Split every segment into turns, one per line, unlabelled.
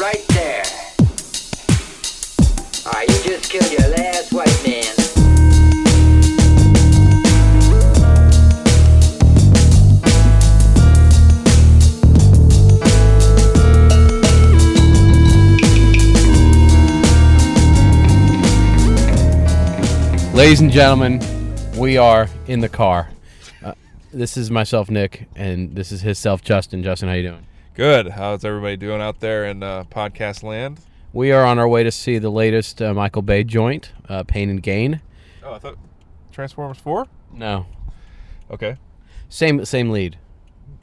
right there. Alright, you just killed your last white man.
Ladies and gentlemen, we are in the car. Uh, this is myself, Nick, and this is his self, Justin. Justin, how you doing?
Good. How's everybody doing out there in uh, podcast land?
We are on our way to see the latest uh, Michael Bay joint, uh, Pain and Gain.
Oh, I thought Transformers Four.
No,
Okay.
same same lead.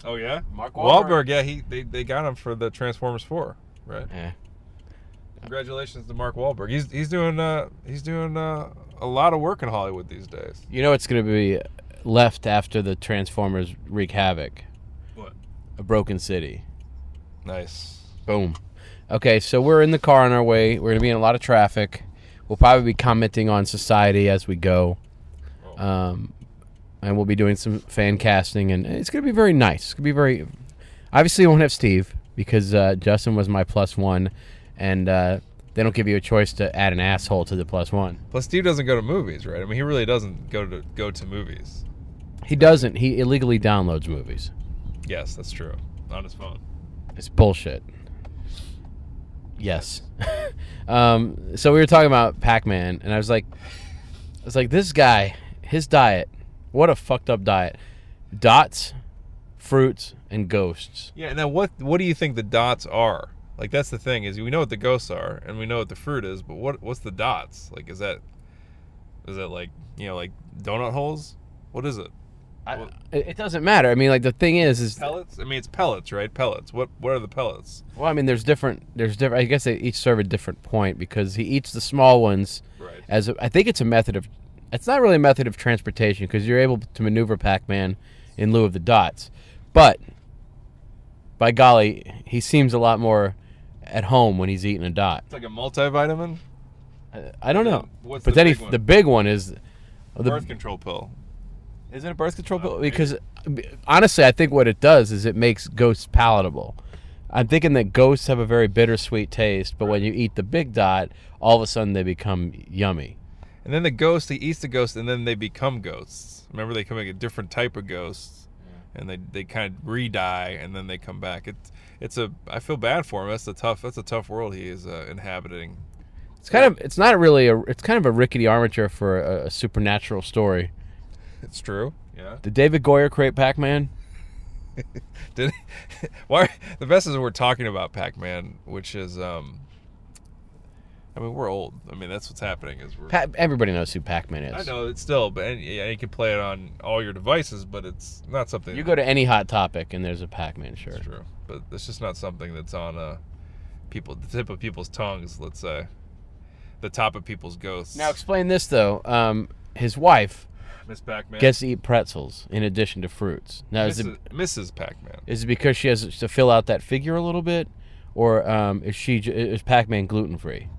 Oh yeah.
Mark Wahlberg.
Wahlberg. Yeah, he they, they got him for the Transformers Four. Right.
Eh.
Congratulations to Mark Wahlberg. He's he's doing uh he's doing uh a lot of work in Hollywood these days.
You know what's going to be left after the Transformers wreak havoc?
What?
A broken city.
Nice.
Boom. Okay, so we're in the car on our way. We're going to be in a lot of traffic. We'll probably be commenting on society as we go. Um, and we'll be doing some fan casting, and it's going to be very nice. It's going to be very. Obviously, I won't have Steve because uh, Justin was my plus one, and uh, they don't give you a choice to add an asshole to the plus one.
Plus, Steve doesn't go to movies, right? I mean, he really doesn't go to go to movies.
He doesn't. He illegally downloads movies.
Yes, that's true. On his phone.
It's bullshit. Yes. um, so we were talking about Pac-Man, and I was like, I was like, this guy, his diet, what a fucked up diet: dots, fruits, and ghosts.
Yeah. Now, what what do you think the dots are? Like, that's the thing is we know what the ghosts are and we know what the fruit is, but what what's the dots? Like, is that is that like you know like donut holes? What is it?
I, it it doesn't matter. I mean, like the thing is, is
Pellets? I mean, it's pellets, right? Pellets. What what are the pellets?
well, I mean, there's different, there's different. I guess they each serve a different point because he eats the small ones
Right.
as a, I think it's a method of it's not really a method of transportation because you're able to maneuver Pac-Man in lieu of the dots, but by golly, he seems a lot more at home when he's eating a dot.
It's like a multivitamin.
I, I don't know,
What's
but
the
then
big
he,
one?
the big one is the
Birth control pill. Uh,
Isn't it birth control pill?
maybe.
Because honestly, I think what it does is it makes ghosts palatable. I'm thinking that ghosts have a very bittersweet taste, but when you eat the big dot, all of a sudden they become yummy.
And then the ghost, he eats the ghost, and then they become ghosts. Remember, they come like a different type of ghosts, and they, they kind of re-die, and then they come back. It's it's a I feel bad for him. That's a tough that's a tough world he is uh, inhabiting.
It's kind of it's not really a it's kind of a rickety armature for a, a supernatural story.
It's true. Yeah.
Did David Goyer create Pac-Man?
Did why the best is we're talking about Pac-Man, which is um. I mean, we're old. I mean, that's what's happening. Is we're
Pa- everybody knows who Pac-Man is.
I know it's still, but and, yeah, you can play it on all your devices, but it's not something.
You go to any hot topic and there's a Pac-Man
It's
shirt.
true, but it's just not something that's on uh, people the tip of people's tongues. Let's say the top of people's ghosts.
Now explain this though. Um, his wife
Miss Pac-Man.
gets to eat pretzels in addition to fruits. Now is it
Mrs. Mrs. Pac-Man.
Is it because she has to fill out that figure a little bit, or um, is she j- is Pac-Man gluten free?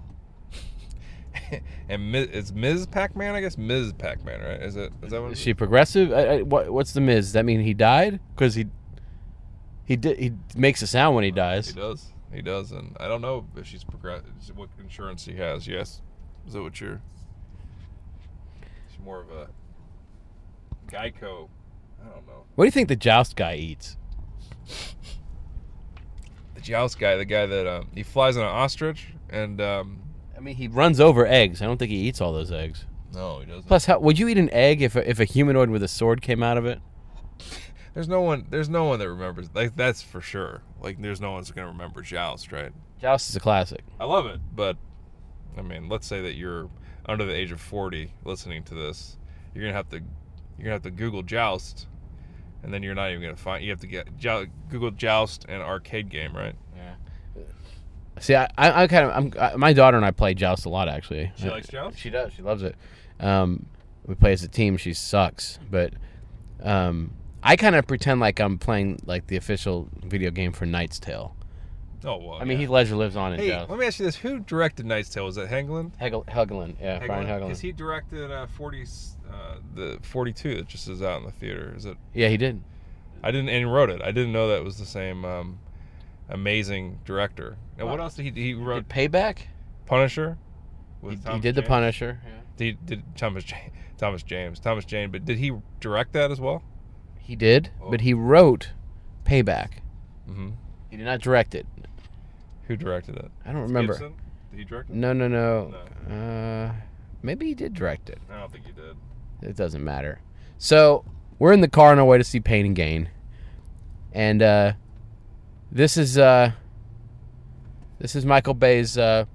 And Mi- it's Ms. Pac-Man, I guess. Ms. Pac-Man, right? Is it? Is that what? it
Is
is?
she progressive? I, I, what, what's the Miz? Does that mean he died? Because he he did he makes a sound when he
He
dies.
does. He does, and I don't know if she's progress. What insurance she has? Yes. Is that what you're? She's more of a Geico. I don't know.
What do you think the joust guy eats?
The Joust guy, the guy that um, he flies on an ostrich, and um,
I mean, he runs over eggs. I don't think he eats all those eggs.
no, he doesn't.
Plus, how, would you eat an egg if a, if a humanoid with a sword came out of it?
There's no one. There's no one that remembers. Like that's for sure. Like there's no one's gonna remember Joust, right?
Joust is a classic.
I love it, but I mean, let's say that you're under the age of 40 listening to this, you're gonna have to you're gonna have to Google Joust, and then you're not even gonna find. You have to get jou- Google Joust and arcade game, right?
See, I, I, I kind of, I'm, I, my daughter and I play Joust a lot, actually.
She
Uh,
likes Joust?
She does. She loves it. Um, we play as a team. She sucks, but um, I kind of pretend like I'm playing like the official video game for Knight's Tale.
Oh well.
I mean,
yeah.
Heath Ledger lives on in
Hey,
Joust.
let me ask you this: Who directed Knight's Tale? Was it Hengeland?
Hegel, Helgeland, yeah, Brian Helgeland.
Because he directed uh, 40, uh, the 42 that just is out in the theater. Is it?
yeah, he did.
I didn't and he wrote it. I didn't know that was the same. Um, amazing director. Now, what else did he he wrote?
Did Payback?
Punisher.
He,
with
he
Thomas
did The
Jane?
Punisher. Yeah.
Did, did Thomas Jane, Thomas James Thomas Jane? But did he direct that as well?
He did, but he wrote Payback.
Mm-hmm.
He did not direct it.
Who directed it?
I don't remember.
Gibson? Did he direct it?
No, no, no. Uh, maybe he did direct it.
I don't think he did.
It doesn't matter. So we're in the car on our way to see Pain and Gain, and uh, this is uh, this is Michael Bay's uh,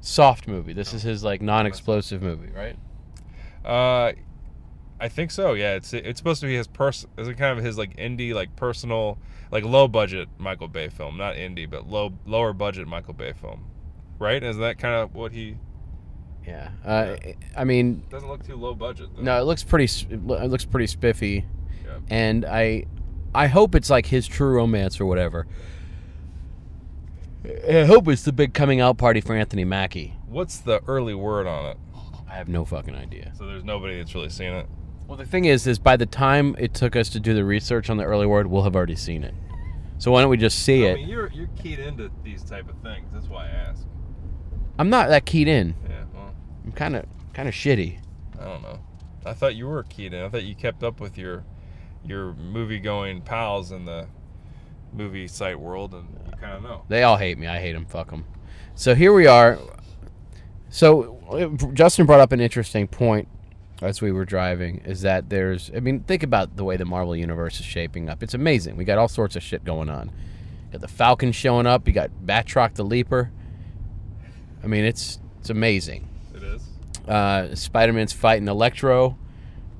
soft movie. This is his like non-explosive movie, right?
Uh, I think so. Yeah, it's it's supposed to be his person. It's kind of his like indie, like personal, like low budget Michael Bay film. Not indie, but low lower budget Michael Bay film. Right? Isn't that kind of what he
Yeah. Uh, I mean,
doesn't look too low budget? Though.
no, it looks pretty. s- It lo- it looks pretty spiffy,
Yeah.
and I, I hope it's like his true romance or whatever. I hope it's the big coming out party for Anthony Mackie.
What's the early word on it?
I have no fucking idea.
So there's nobody that's really seen it.
Well, the thing is, is by the time it took us to do the research on the early word, we'll have already seen it. So why don't we just see it?
you're you're keyed into these type of things. That's why I ask.
I'm not that keyed in.
Yeah. Well,
I'm kind of kind of shitty.
I don't know. I thought you were keyed in. I thought you kept up with your your movie going pals in the movie site world, and you kind of know.
They all hate me. I hate them. Fuck them. So here we are. So uh, Justin brought up an interesting point as we were driving. Is that there's? I mean, think about the way the Marvel universe is shaping up. It's amazing. We got all sorts of shit going on. got the Falcon showing up. You got Batroc the Leaper. I mean, it's it's amazing.
It is.
uh, Spider-Man's fighting Electro.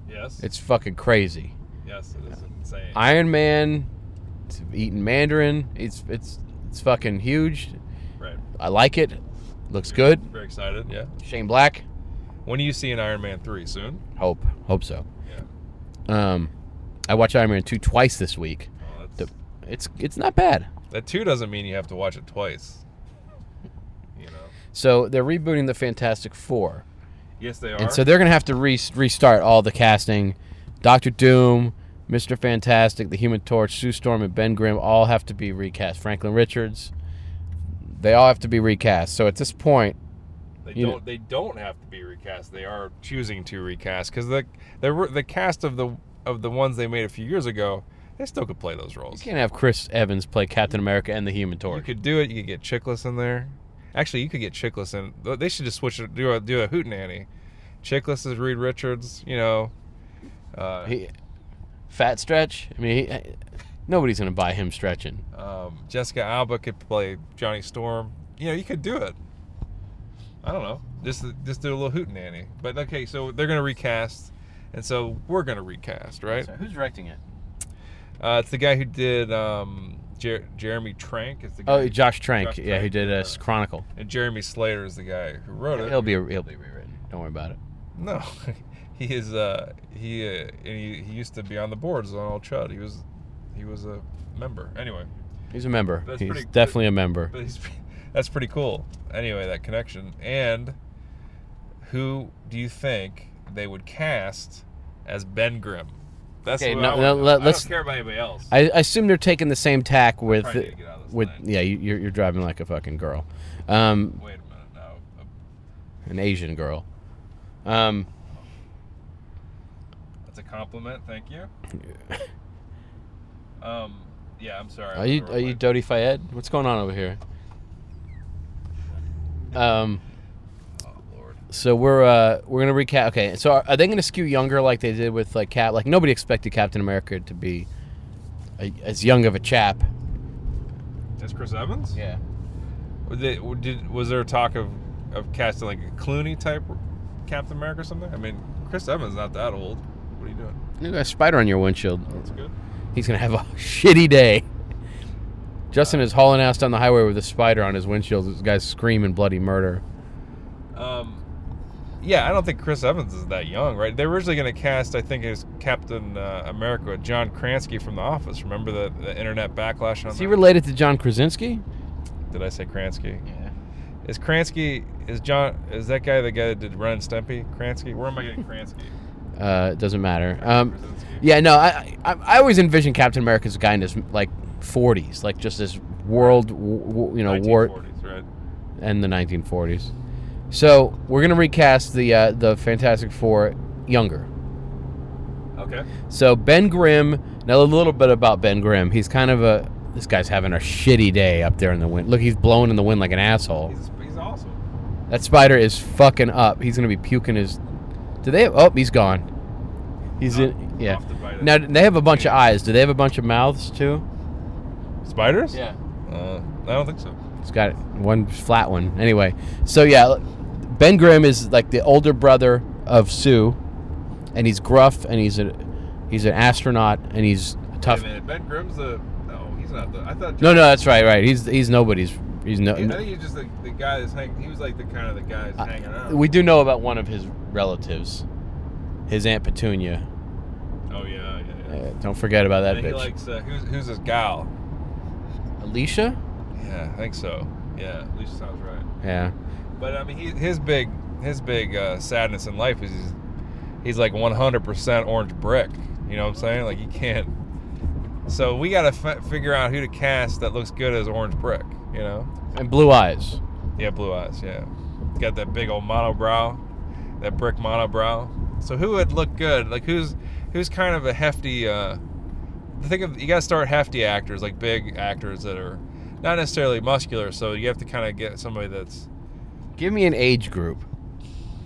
Yes.
It's fucking crazy.
yes, it is insane.
Iron Man it's eating Mandarin. It's it's it's fucking huge.
right.
I like it. Looks good.
Very excited. Yeah.
Shane Black.
When do you see an Iron Man three soon?
Hope hope so.
Yeah.
Um, I watched Iron Man two twice this week.
Oh,
The-
that's,
It's it's not bad.
that two doesn't mean you have to watch it twice. You know.
So they're rebooting the Fantastic Four,
Yes, they are.
and so they're gonna have to re- restart all the casting. Doctor Doom, Mister Fantastic, the Human Torch, Sue Storm, and Ben Grimm all have to be recast. Franklin Richards. They all have to be recast. So at this point,
They
You know-
don't. They don't have to be recast. They are choosing to recast because the the the cast of the of the ones they made a few years ago, they still could play those
You
roles.
can't have Chris Evans play Captain America and the Human
You
Torch.
could do it. You could get Chickless in there. Actually, you could get Chickless in. They should just switch it. Do a do a hootenanny. Chickless is Reed Richards. You know. Uh,
He, fat stretch. I mean, he, nobody's gonna buy him stretching.
um, Jessica Alba could play Johnny Storm. You know, you could do it. I don't know. Just just do a little hootenanny. But okay, so they're gonna recast, and so we're gonna recast, right?
who's directing it?
Uh, it's the guy who did um, Jer- Jeremy Trank. Is the guy
Oh, Josh Trank.
Josh
yeah, who
Trank
did
did
uh,
that.
Chronicle.
and Jeremy Slater is the guy who wrote it.
He'll be he'll be rewritten. Don't worry about it.
No, he is. Uh, he uh, and he, he used to be on the boards on Old Chud. He was he was a member. Anyway,
He's a member.
That's
he's
pretty-
definitely a member.
but he's that's pretty cool. Anyway, that connection and who do you think they would cast as Ben Grimm? That's
Okay,
what
no-
I, wanna
no,
know.
let-
I
let's-
don't care about anybody else.
I, I assume they're taking the same tack with
probably need to get out of this
with
line.
yeah. You, you're you're driving like a fucking girl, um,
Wait a minute now. uh,
an Asian girl. Um,
That's a compliment. Thank you. um, yeah, I'm sorry.
are you are you Dodie Fayed? What's going on over here? Um.
oh Lord.
So we're uh, we're gonna recap. Okay, so are, are they gonna skew younger like they did with like Cap? Like nobody expected Captain America to be a, as young of a chap.
That's Chris Evans.
Yeah.
Was, it- w- did, was there talk of of casting like a Clooney type Captain America or something? I mean, Chris Evans not that old. What are you doing?
You got a spider on your windshield.
That's good.
He's gonna have a shitty day. Justin is hauling ass down the highway with a spider on his windshield. This guy's screaming bloody murder.
Um, yeah, I don't think Chris Evans is that young, right? They're originally going to cast, I think, as Captain uh, America, John Kransky from The Office. Remember the, the internet backlash on
Is he
that?
related to John Krasinski?
Did I say Kransky?
Yeah.
Is Kransky is John is that guy the guy that did Ren and Stimpy? Kransky? Where am I getting Kransky?
Uh, it doesn't matter. Um,
Krasinski.
yeah, no, I, I I always envision Captain America as a guy in his like 40s, like just this world, w- w- you know, war
1940s, right?
and the 1940s. So we're gonna recast the uh, the Fantastic Four younger.
Okay.
So Ben Grimm. Now a little bit about Ben Grimm. He's kind of a this guy's having a shitty day up there in the wind. Look, he's blowing in the wind like an asshole.
He's, he's awesome.
That spider is fucking up. He's gonna be puking his. Do they? Have, oh, he's gone. He's in. Yeah.
Off to bite
Now
it.
they have a bunch of eyes. Do they have a bunch of mouths too?
spiders? Uh, I don't think so.
It's got one flat one. Anyway, so yeah, Ben Grimm is like the older brother of Sue, and he's gruff and he's a he's an astronaut and he's tough.
Wait a minute, Ben Grimm's the. No, he's not the. I thought.
No, no, that's right, right. He's he's nobody's. He's no.
I think he's just the, the guy that's hanging. He was like the kind of the guy that's hanging out.
We do know about one of his relatives, his aunt Petunia.
oh yeah, yeah. yeah.
Uh, don't forget about that
and he
bitch,
likes uh, who's who's this gal?
Alicia.
Yeah, I think so. Yeah, at least sounds right.
Yeah,
But I mean, he, his big his big uh, sadness in life is he's, he's like 100% orange brick. You know what I'm saying? Like he can't. So we gotta f- figure out who to cast that looks good as orange brick. You know?
and blue eyes.
Yeah, blue eyes. Yeah, got that big old monobrow, that brick monobrow. So who would look good? Like who's who's kind of a hefty? uh Think of you gotta start hefty actors, like big actors that are not necessarily muscular. So you have to kind of get somebody that's
Give me an age group.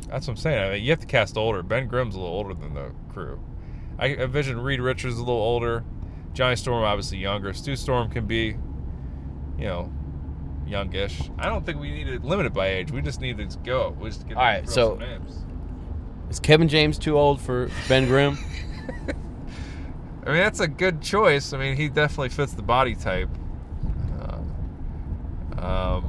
That's what I'm saying. I mean, you have to cast older. Ben Grimm's a little older than the crew. I envision Reed Richards a little older. Johnny Storm obviously younger. Stu Storm can be, you know, youngish. I don't think we need to limit it by age. We just need to go. We just get
All right,
throw
so-
some names.
Is Kevin James too old for Ben Grimm?
I mean that's a good choice. I mean he definitely fits the body type. Uh, um,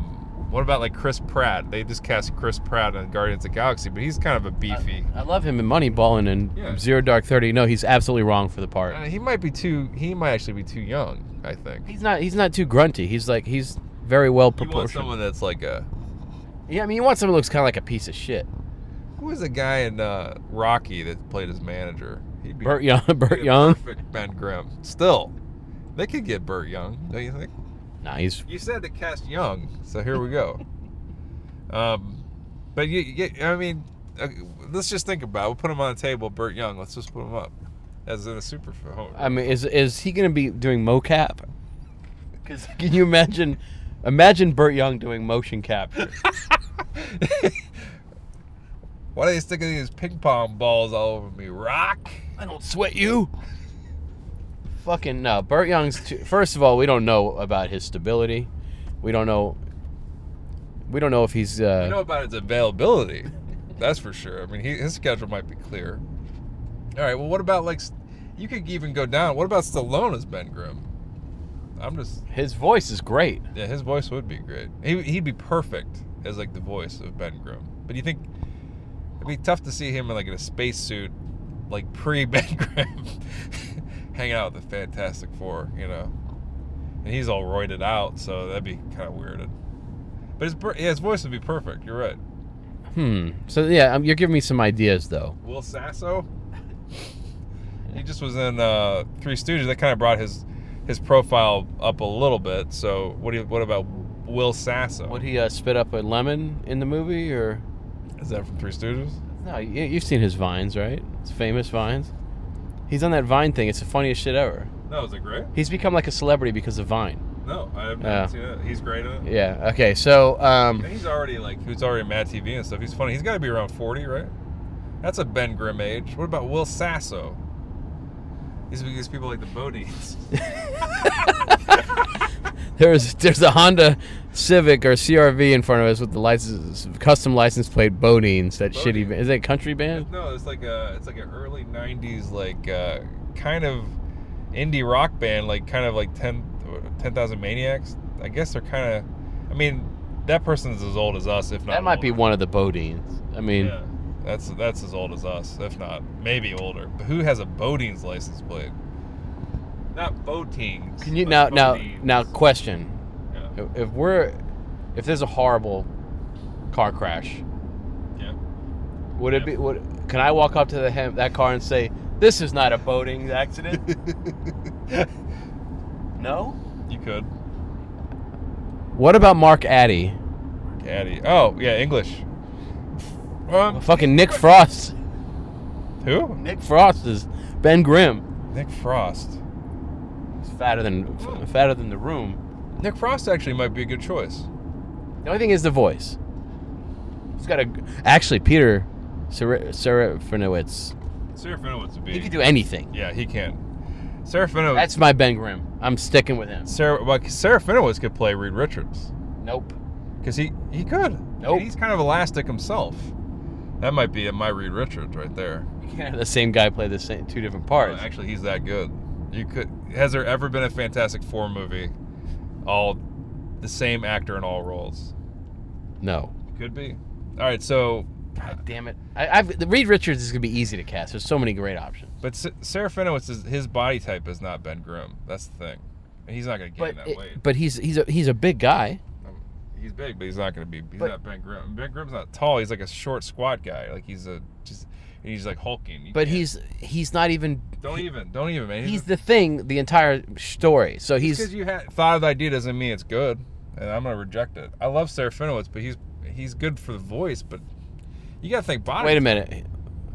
what about like Chris Pratt? They just cast Chris Pratt in Guardians of the Galaxy, but he's kind of a beefy.
I love him in Moneyball and in
Yeah.
Zero Dark Thirty. No, he's absolutely wrong for the part.
Uh, he might be too. He might actually be too young. I think.
He's not. He's not too grunty. He's like he's very well
You want
proportioned.
someone that's like a
yeah, I mean, you want someone who looks kind of like a piece of shit.
who was the guy in uh, Rocky that played his manager? He'd be,
Burt Young.
he'd be
Burt
a
Young.
perfect Ben Grimm. Still, they could get Burt Young, don't you think?
Nah, he's
You said to cast Young, so here we go. um, but you, you, I mean, uh, let's just think about. it. We'll put him on the table. Burt Young. Let's just put him up as in a super phone.
I mean, is is he gonna be doing mocap? 'Cause can you imagine? Imagine Burt Young doing motion capture.
Why are they sticking these ping pong balls all over me? Rock.
I don't sweat you. Fucking no, Burt Young's. Too, first of all, we don't know about his stability. We don't know. We don't know if he's. Uh,
I know about its availability. That's for sure. I mean, he, his schedule might be clear. All right. Well, what about like, S- you could even go down. What about Stallone as Ben Grimm? I'm just
his voice is great.
yeah. His voice would be great. He, he'd be perfect as like the voice of Ben Grimm. But you think it'd be tough to see him in like in a spacesuit, like pre Ben Grimm, hanging out with the Fantastic Four, you know? And he's all roided out, so that'd be kind of weirded. But his per- yeah, his voice would be perfect. You're right.
Hmm. So yeah, um, you're giving me some ideas though.
Will Sasso. he just was in uh, Three Stooges. That kind of brought his his profile up a little bit. So what do you, what about Will Sasso?
Would he uh, spit up a lemon in the movie, or
Is that from Three Stooges?
no? You, you've seen his vines, right? His famous vines. He's on that Vine thing. It's the funniest shit ever.
No, is it great?
He's become like a celebrity because of Vine.
No, I haven't
Yeah.
seen it. He's great in it.
Yeah. Okay. So, um,
And he's already like he's already Mad TV and stuff. He's funny. He's got to be around forty, right? That's a Ben Grimm age. What about Will Sasso? These these people like the Bodies.
there's there's a Honda Civic or CRV in front of us with the license, custom license plate Bodines. That shitty.
Bodines.
ba- Is it a country band?
No, it's like a it's like an early '90s like uh, kind of indie rock band, like kind of like 10 10,000 Maniacs. I guess they're kind of. I mean, that person's as old as us, if not.
That might be
older.
one of the Bodines. I mean,
Yeah, that's that's as old as us, if not maybe older. But who has a Bodine's license plate? Not Botines.
can you
but
now now
Bodines.
now question?
Yeah.
If- If we're if there's a horrible car crash
yeah.
Would it be? Would can I walk up to the hem, that car and say, "This is not a boating accident"? no.
You could.
What about Mark Addy?
Caddy. Oh, yeah, English. Um,
Fucking Nick Frost.
who?
Nick Frost is Ben Grimm.
Nick Frost.
He's fatter than fatter than the room.
Nick Frost actually might be a good choice.
The only thing is the voice. He's got a actually Peter Serafinowicz.
Serafinowicz would be.
He can do anything.
Yeah, he can. Serafinowicz.
That's my Ben Grimm. I'm sticking with him.
Sarah, well, Serafinowicz could play Reed Richards
Nope.
because he he could.
Nope.
He's kind of elastic himself. That might be my Reed Richards right there.
You can't have the same guy play the same two different parts.
Actually, he's that good. You could. Has there ever been a Fantastic Four movie, all the same actor in all roles?
No.
Could be. All right. So,
God damn it. I, I've, Reed Richards is gonna be easy to cast. There's so many great options.
but S- Serafinowicz is his body type is not Ben Grimm. That's the thing. And he's not going to gain
But
that
it-
weight.
but he's he's a he's a big guy.
Um, he's big, but he's not going to be. He's
But-
not Ben Grimm. Ben Grimm's not tall. He's like a short, squat guy. Like he's a just. and He's like hulking. You
But
can't-
he's he's not even
Don't even. Don't even, man.
he's the thing the entire story. So
because
he's
you had thought of the idea doesn't mean it's good, and I'm gonna reject it. I love Serafinowicz, but he's he's good for the voice, but you gotta think body.
wait a minute.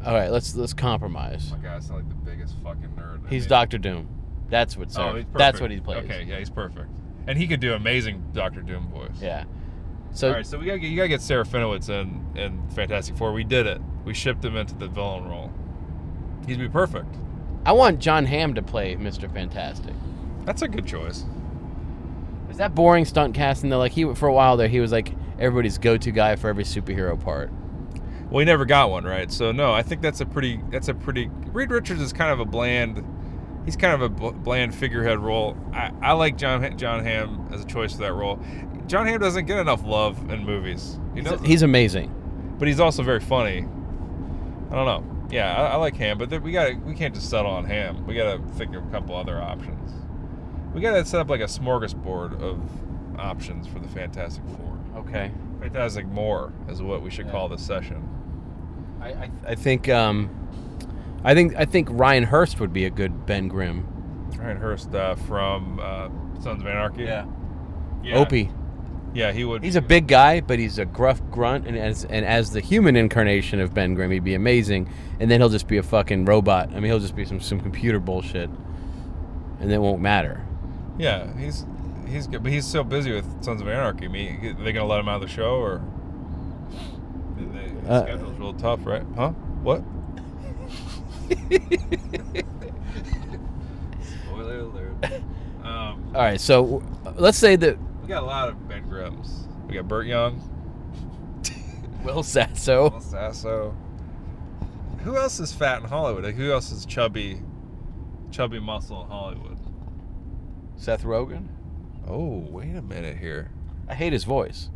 All right, let's let's compromise.
Oh my god, I sound like the biggest fucking nerd. I
He's
mean-
Doctor Doom. That's what
Oh,
Sarah,
he's
that's
perfect.
what he plays.
Okay, yeah, he's perfect, and he could do amazing Doctor Doom voice.
Yeah. So
All right, so we gotta get, you gotta get Serafinowicz in in Fantastic Four. We did it. We shipped him into the villain role. He'd be perfect.
I want John Hamm to play Mr. Fantastic.
That's a good choice.
Is that boring stunt casting though? Like he for a while there he was like everybody's go-to guy for every superhero part.
Well, he never got one, right? So no, I think that's a pretty that's a pretty. Reed Richards is kind of a bland. He's kind of a bl- bland figurehead role. I, I like John Ha- John Hamm as a choice for that role. John Hamm doesn't get enough love in movies. He
He's,
doesn't,
he's amazing.
but he's also very funny. I don't know. Yeah, I, I like Ham, but th- we got to we can't just settle on Ham. We got to think of a couple other options. We got to set up like a smorgasbord of options for the Fantastic Four.
Okay.
Fantastic More is what we should
Yeah.
call this session.
I, I, I think um, I think I think Ryan Hurst would be a good Ben Grimm.
Ryan Hurst uh, from uh, Sons of Anarchy. yeah.
Opie.
Yeah, he would.
He's a big guy, but he's a gruff grunt, and as and as the human incarnation of Ben Grimm, he'd be amazing. And then he'll just be a fucking robot. I mean, he'll just be some some computer bullshit, and it won't matter.
Yeah, he's he's good, but he's so busy with Sons of Anarchy. Me, are they gonna let him out of the show or? They, they,
Uh,
schedule's real tough, right? Huh? What? Spoiler alert. Um,
All right, so uh, let's say that
we got a lot of Ben Grimms. We got Burt Young,
Will Sasso.
Will Sasso. Who else is fat in Hollywood? Like, who else is chubby, chubby muscle in Hollywood?
Seth Rogen.
Oh, wait a minute here.
I hate his voice.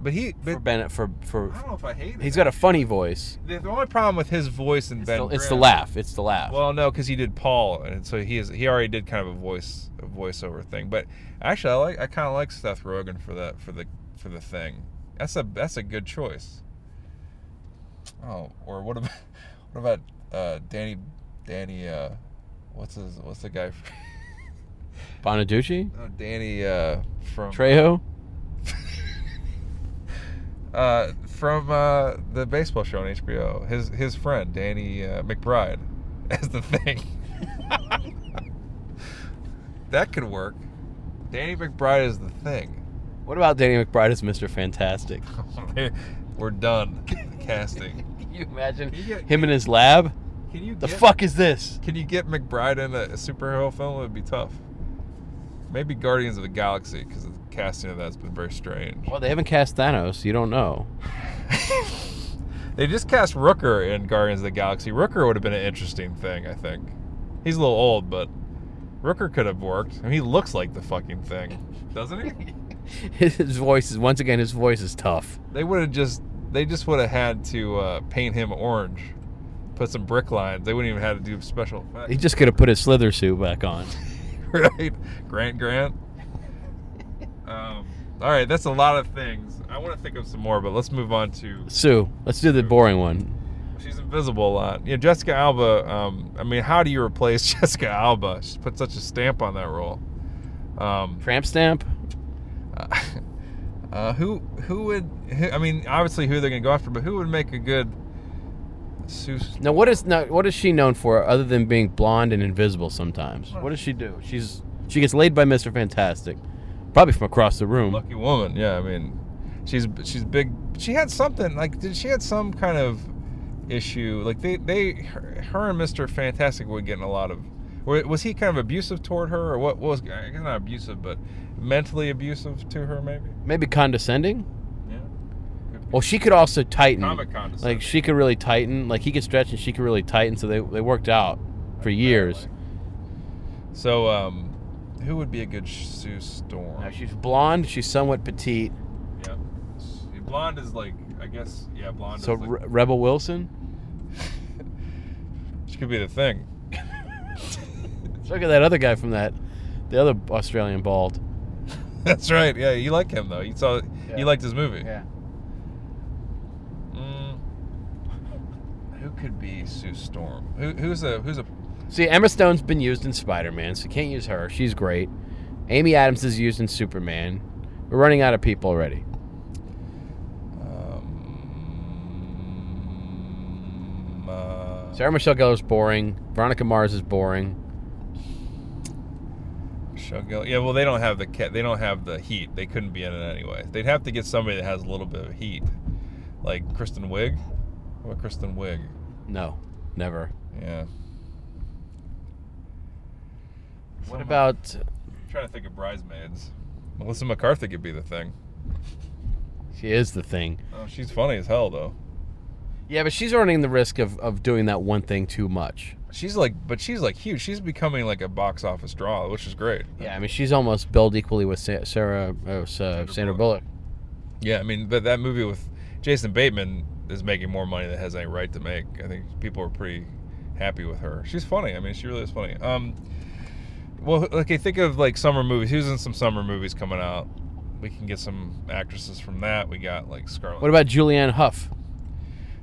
But he, but
For Ben, for for
I don't know if I hate it.
he's got a funny voice.
the, the only problem with his voice and
It's,
Ben.
the, it's the
Grimm-
laugh. It's the laugh.
Well, no, because he did Paul, and so he is he already did kind of a voice a voiceover thing. But actually, I like I kind of like Seth Rogen for that for the for the thing. That's a that's a good choice. Oh, or what about what about uh, Danny Danny uh, what's his what's the guy? From,
Bonaducci,
no, Danny uh, from
Trejo.
uh, from uh, the baseball show on HBO. His his friend Danny uh, McBride as the thing. that could work. Danny McBride is the thing.
What about Danny McBride as Mr. Fantastic?
We're done casting.
Can you imagine
Can you get-
him in his lab?
Can you
The
get,
fuck is this?
Can you get McBride in a, a superhero film? It would be tough. Maybe Guardians of the Galaxy because the casting of that's been very strange.
Well, they haven't cast Thanos. You don't know.
They just cast Rooker in Guardians of the Galaxy. Rooker would have been an interesting thing, I think. He's a little old, but Rooker could have worked. I mean, he looks like the fucking thing, doesn't he?
His voice is once again. His voice is tough.
they would have just they just would have had to uh, paint him orange, put some brick lines. They wouldn't even have to do special
He
effects,
just could have put his slither suit back on.
right? Grant Grant. Um, all right, that's a lot of things. I want to think of some more, but let's move on to
Sue, let's do the boring one.
She's invisible a lot. Yeah, Jessica Alba. Um, I mean, how do you replace Jessica Alba? She's put such a stamp on that role. Um,
Tramp stamp.
Uh, who who would? Who, I mean, obviously who they're gonna go after, but who would make a good Seuss?
Now, what is now, what is she known for other than being blonde and invisible sometimes? What does she do? She's she gets laid by Mister Fantastic, probably from across the room.
Lucky woman. Yeah, I mean, she's she's big. She had something like did she had some kind of issue? Like they they her her and Mister Fantastic were getting a lot of. wa- Was he kind of abusive toward her, or what was? I guess not abusive, but mentally abusive to her, maybe.
Maybe condescending.
Yeah. Could be.
Well, she could also tighten.
Comic condescending.
Oh, Like she could really tighten. Like he could stretch and she could really tighten. So they they worked out for years.
So, um, who would be a good Sue Storm?
Now she's blonde. She's somewhat petite.
Yeah. Blonde is like, I guess, yeah, blonde
So
is like,
Re- Rebel Wilson.
she could be the thing.
Look at that other guy from that, the other Australian bald.
That's right. Yeah, you like him though. You saw,
Yeah.
you liked his movie.
Yeah.
Mm, who could be Sue Storm? Who, who's a who's a
See, Emma Stone's been used in Spider Man, so you can't use her. She's great. Amy Adams is used in Superman. We're running out of people already.
um, uh,
Sarah Michelle Gellar's boring. Veronica Mars is boring.
Michelle Gill- Yeah, well, they don't have the cat. They don't have the heat. They couldn't be in it anyway. They'd have to get somebody that has a little bit of heat, like Kristen Wiig. What about Kristen Wiig?
No, never.
Yeah.
What about?
I'm trying to think of bridesmaids. Melissa McCarthy could be the thing.
She is the thing.
Oh, she's funny as hell though.
Yeah, but she's running the risk of, of doing that one thing too much.
She's like, but she's like huge. She's becoming like a box office draw, which is great.
Yeah, I mean she's almost billed equally with Sa- Sarah uh, Sa- Sandra Bullock.
Yeah, I mean, but that movie with Jason Bateman is making more money than it has any right to make. I think people are pretty happy with her. She's funny. I mean, she really is funny. Um, well, okay, think of like summer movies. Who's in some summer movies coming out? We can get some actresses from that. We got like Scarlett.
What about Julianne Hough?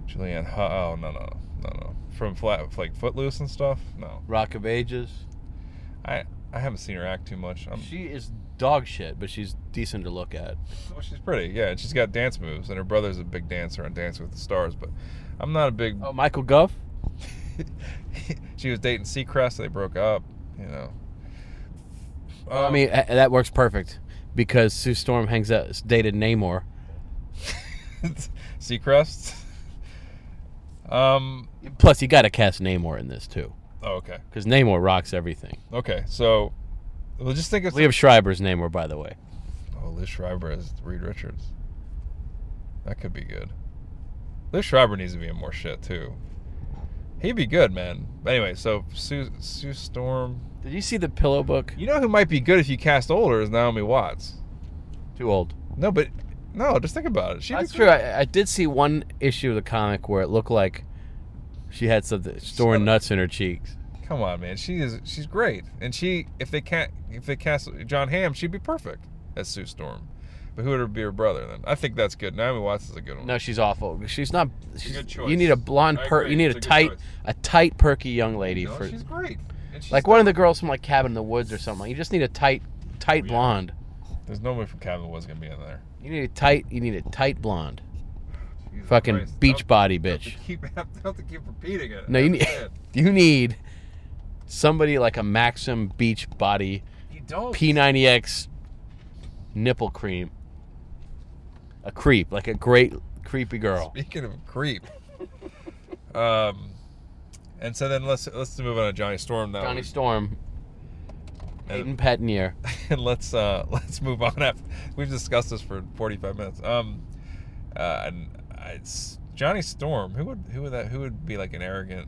Julianne? Hu- Oh no no no no from flat like Footloose and stuff. No,
Rock of Ages.
I I haven't seen her act too much. I'm,
She is dog shit, but she's decent to look at.
well, oh, she's pretty, yeah, and she's got dance moves, and her brother's a big dancer on Dancing with the Stars. But I'm not a big.
Oh, Michael Gov.
she was dating Seacrest. They broke up. You know.
I mean a- that works perfect because Sue Storm hangs out dated Namor.
Um, Seacrest. Um.
Plus, you got to cast Namor in this too
oh, okay.
because Namor rocks everything.
Okay. So, well, just think of.
Liev Schreiber's Namor, by the way.
oh, Liz Schreiber as Reed Richards. That could be good. Liz Schreiber needs to be in more shit too. He'd be good, man. But anyway, so Sue, Sue Storm.
Did you see the Pillow Book?
You know who might be good if you cast older is Naomi Watts.
Too old.
No, but no, just think about it. She'd be
That's
good.
true. I, I did see one issue of the comic where it looked like she had something storing nuts in her cheeks.
Come on, man. She is she's great. And she if they can't if they cast John Hamm, she'd be perfect as Sue Storm. But who would be her brother then? I think that's good. Naomi Watts is a good one.
No, she's awful. She's not. She's,
good choice.
you need a blonde
I
per.
agree.
You need
It's
a
a good
tight,
choice.
a tight, perky young lady
No,
for
she's great. And she's
like one of the girls from like Cabin in the Woods or something. You just need a tight, tight
Oh,
blonde.
There's no way from Cabin was gonna be in there.
You need a tight. You need a tight blonde.
Jesus
Fucking
Christ.
beach
Don't-
body
don't
bitch.
have to Keep, don't have to keep repeating it.
No, you need.
That's it.
You need somebody like a Maxim beach body
You don't.
P90X nipple cream. A creep, like a great creepy girl.
Speaking of creep. um and so then let's let's move on to Johnny Storm now.
Johnny Storm,
And-
Aiden Petnier.
and let's uh let's move on after we've discussed this for 45 minutes um uh and I, it's johnny storm who would who would that who would be like an arrogant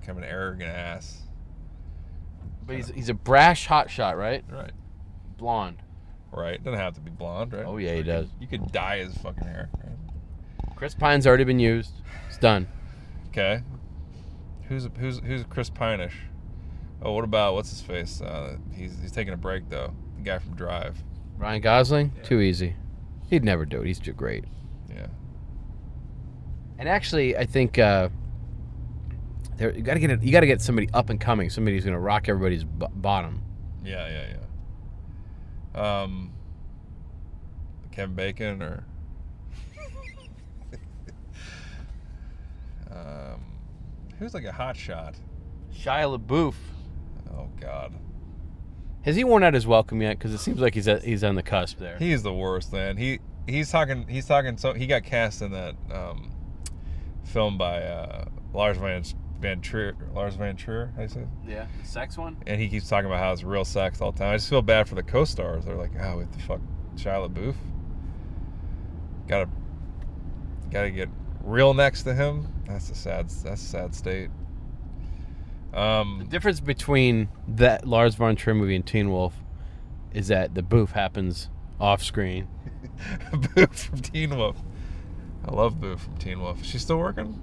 kind of an arrogant ass
But he's, he's a brash hotshot, right?
right
Blonde.
right doesn't have to be blonde right
Oh, yeah, he does.
you could dye his fucking hair right?
Chris Pine's already been used. It's done.
okay who's who's who's chris pinish oh what about what's his face uh he's he's taking a break though the guy from drive
Ryan Gosling, too easy. He'd never do it. He's too great.
yeah
And actually, I think uh, there you gotta get it, you gotta get somebody up and coming. Somebody who's gonna rock everybody's b- bottom.
Yeah, yeah, yeah. Um, Kevin Bacon or. um, who's like a hot shot?
Shia LaBeouf.
Oh God,
Has he worn out his welcome yet? Because it seems like he's at, he's on the cusp there.
he is the worst. man. he he's talking. He's talking. So he got cast in that um, film by uh, Lars Van Van Trier. Lars Van Trier, I said.
yeah, the sex one.
and he keeps talking about how it's real sex all the time. I just feel bad for the co-stars. They're like, oh, what the fuck, Shia LaBeouf? Gotta, gotta get real next to him. That's a sad, that's a sad state.
The
Um,
difference between that Lars von Trier movie and Teen Wolf is that the boof happens off screen.
Boof from Teen Wolf. I love Boo from Teen Wolf. She's still working.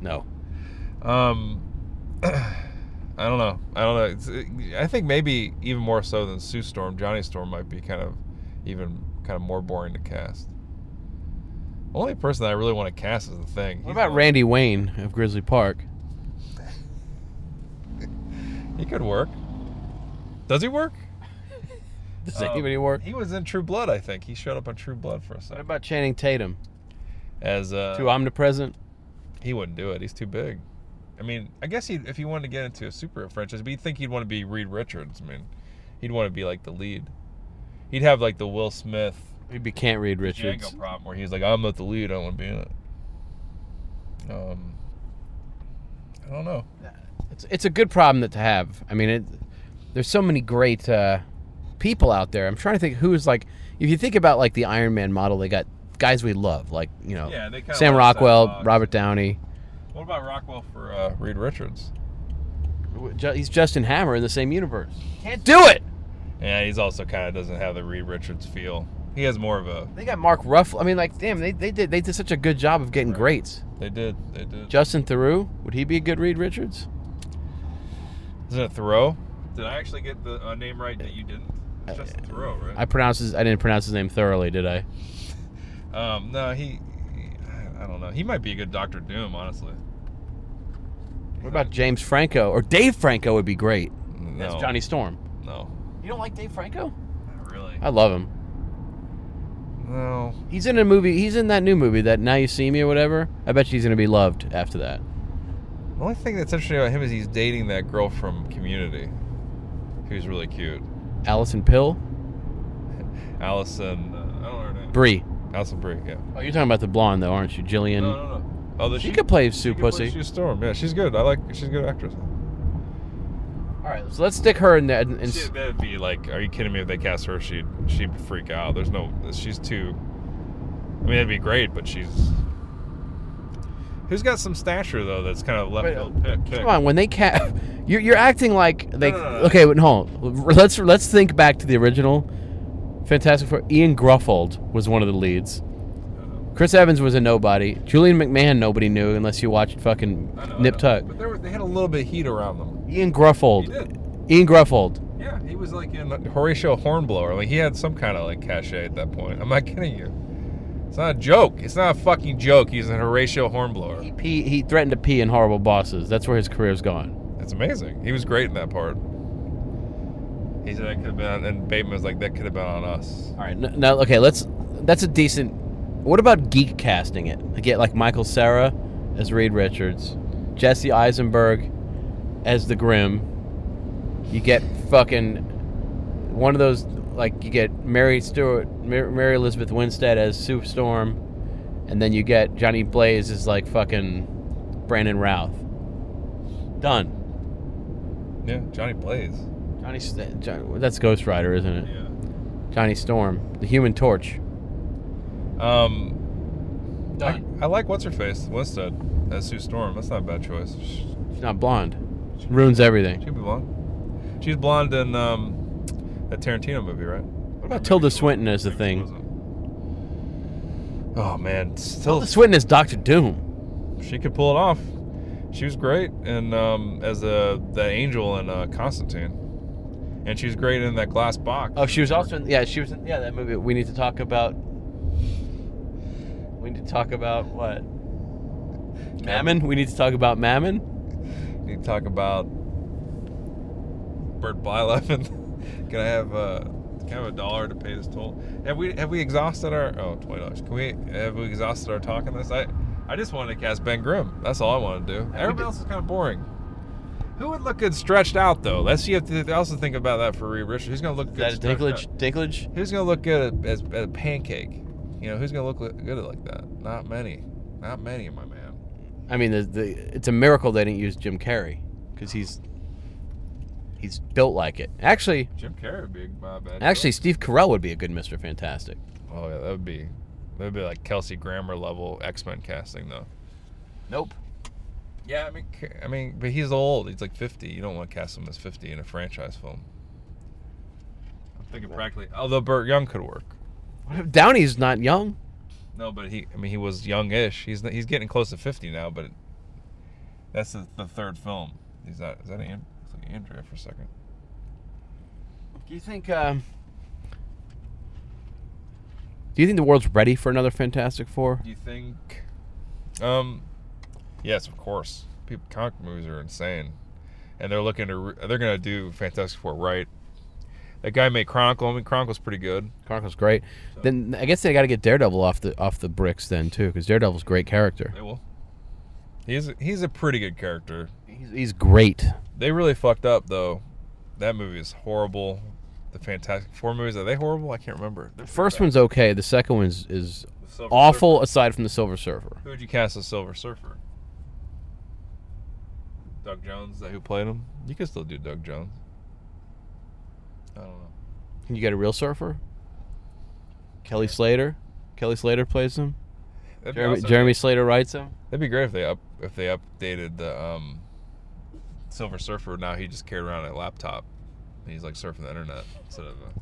No,
Um, I don't know. I don't know. It's, it, I think maybe even more so than Sue Storm, Johnny Storm might be kind of even kind of more boring to cast. The only person I really want to cast is the thing.
What
He's
about
not-
Randy Wayne of Grizzly Park?
He could work. Does he work?
Does
Um,
anybody work?
He was in True Blood, I think. He showed up on True Blood for a
What
second.
about Channing Tatum?
As uh,
Too omnipresent.
he wouldn't do it. He's too big. I mean, I guess he if he wanted to get into a superhero franchise, but you'd think he'd want to be Reed Richards. I mean, he'd want to be like the lead. He'd have like the Will Smith
Maybe can't read Richards.
Django problem where he's like, I'm not the lead. I don't want to be in it. Um, I don't know.
It's, it's a good problem that to have. I mean, it, there's so many great uh, people out there. I'm trying to think who is like. If you think about like the Iron Man model, they got guys we love, like you know
Yeah, they kinda
Sam
like Sam
Rockwell,
Fox.
Robert Downey.
What about Rockwell for uh, Reed Richards?
Ju- He's Justin Hammer in the same universe. Can't do it.
Yeah, he's also kind of doesn't have the Reed Richards feel. He has more of a.
They got Mark Ruffalo. I mean, like, damn, they, they did they did such a good job of getting greats.
They did. They did.
Justin Theroux, would he be a good Reed Richards?
Isn't it Thoreau? Did I actually get the uh, name right that you didn't? It's Justin Thoreau, right?
I pronounce his, I didn't pronounce his name thoroughly, did I?
Um, no, he, he. I don't know. He might be a good Doctor Doom, honestly.
What about James Franco or Dave Franco would be great.
No,
That's Johnny Storm.
No,
You don't like Dave Franco?
not really.
I love him.
No,
He's in a movie. He's in that new movie that Now You See Me or whatever. I bet you he's gonna be loved after that.
The only thing that's interesting about him is he's dating that girl from Community, who's really cute.
Allison Pill,
Allison, uh, I don't know her name.
Brie.
Allison Brie, yeah.
Oh, you're talking about the blonde though, aren't you, Jillian?
no, no, no. Oh, the,
She could play Sue
could
Pussy.
Sue Storm. Yeah, she's good. I like. She's a good actress.
All right, so let's stick her in there. And, and s-
Shit, that'd be like, are you kidding me? If they cast her, she'd she'd freak out. There's no, she's too. I mean, that'd be great, but she's. Who's got some stature though? That's kind of left
Wait,
field pick. pick.
Come on, when they ca you're, you're acting like they.
no, no, no.
Okay, but hold. on. Let's let's think back to the original. Fantastic Four. Ian Gruffold was one of the leads. Chris Evans was a nobody. Julian McMahon nobody knew unless you watched fucking
I know, I
Nip
know.
Tuck.
But there were, they had a little bit of heat around them.
Ian
He
Gruffold.
did.
Ian Gruffold.
Yeah, he was like in Horatio Hornblower. Like he had some kind of like cachet at that point. I'm not kidding you. It's not a joke. It's not a fucking joke. He's in Horatio Hornblower.
He pee, he threatened to pee in horrible bosses. That's where his career's gone.
It's amazing. He was great in that part. He said that could have been, and Bateman was like, that could have been on us.
All right. n- Now, okay, let's. That's a decent. What about geek casting it? Like, Get like Michael Sarah as Reed Richards, Jesse Eisenberg as the Grim. You get fucking one of those like you get Mary Stewart, Mar- Mary Elizabeth Winstead as Sue Storm, and then you get Johnny Blaze as like fucking Brandon Routh. Done.
Yeah, Johnny Blaze.
Johnny, St- Johnny that's Ghost Rider, isn't it?
Yeah.
Johnny Storm, the Human Torch.
Um, I,
Done.
I like what's her face Winstead as Sue Storm. That's not a bad choice. She,
She's not blonde. Ruins everything.
she'd be blonde. She's blonde in um, that Tarantino movie, right?
What about Tilda Swinton as the
Maybe she
thing?
wasn't. Oh man, still
Tilda Swinton is Doctor Doom.
she could pull it off. She was great, and um, as a the angel in uh, Constantine, and she's great in that glass box.
Oh, she was also in. Yeah, she was in. Yeah, that movie. We need to talk about. We need to talk about what? Mammon. We need to talk about Mammon.
You talk about Bert Bylevin. Can I have uh, Can I have a dollar to pay this toll? Have we have we exhausted our oh twenty dollars? Can we have we exhausted our talk on this? I I just wanted to cast Ben Grimm. That's all I wanted to do. Everybody else is kind of boring. Who would look good stretched out though? Let's you have to also think about that for Reed Richards. Who's gonna look
Is
good?
that a
stretched
dinklage?
out?
Dinklage?
Who's gonna look good as, as a pancake? You know who's gonna look li- good like that? Not many. Not many, my man.
I mean, the, the, it's a miracle they didn't use Jim Carrey because he's he's built like it. Actually,
Jim Carrey would be my bad.
actually, Steve Carell would be a good Mister Fantastic.
Oh yeah, that would be that would be like Kelsey Grammer level X Men casting though.
Nope.
Yeah, I mean, Ca- I mean, but he's old. He's like fifty. You don't want to cast him as fifty in a franchise film. I'm thinking practically. oh, Although Burt Young could work.
Downey's not young.
No, but he. I mean, he was youngish. He's he's getting close to fifty now. But that's the, the third film. He's not. Is that an, it's like Andrea for a second?
Do you think? Um, do you think the world's ready for another Fantastic Four?
Do you think? Um, yes, of course. People, comic movies are insane, and they're looking to. Re- they're gonna do Fantastic Four right. That guy made Chronicle. I mean, Chronicle's pretty good.
Chronicle's great. Then I guess they got to get Daredevil off the off the bricks then too, because Daredevil's a great character.
They will. He's he's a pretty good character.
He's, he's great.
They really fucked up though. That movie is horrible. The Fantastic Four movies are they horrible? I can't remember.
The first one's okay. The second one is, is
Silver
awful, aside from the Silver Surfer.
Who would you cast as Silver Surfer? Doug Jones. Is that who played him? You could still do Doug Jones. I don't know.
Can you get a real surfer? Kelly Slater. Kelly Slater plays him.
That'd be,
Jeremy,
awesome.
Jeremy Slater writes him.
That'd be great if they up if they updated the um, Silver Surfer. Now he just carried around a laptop. And he's like surfing the internet instead of. A,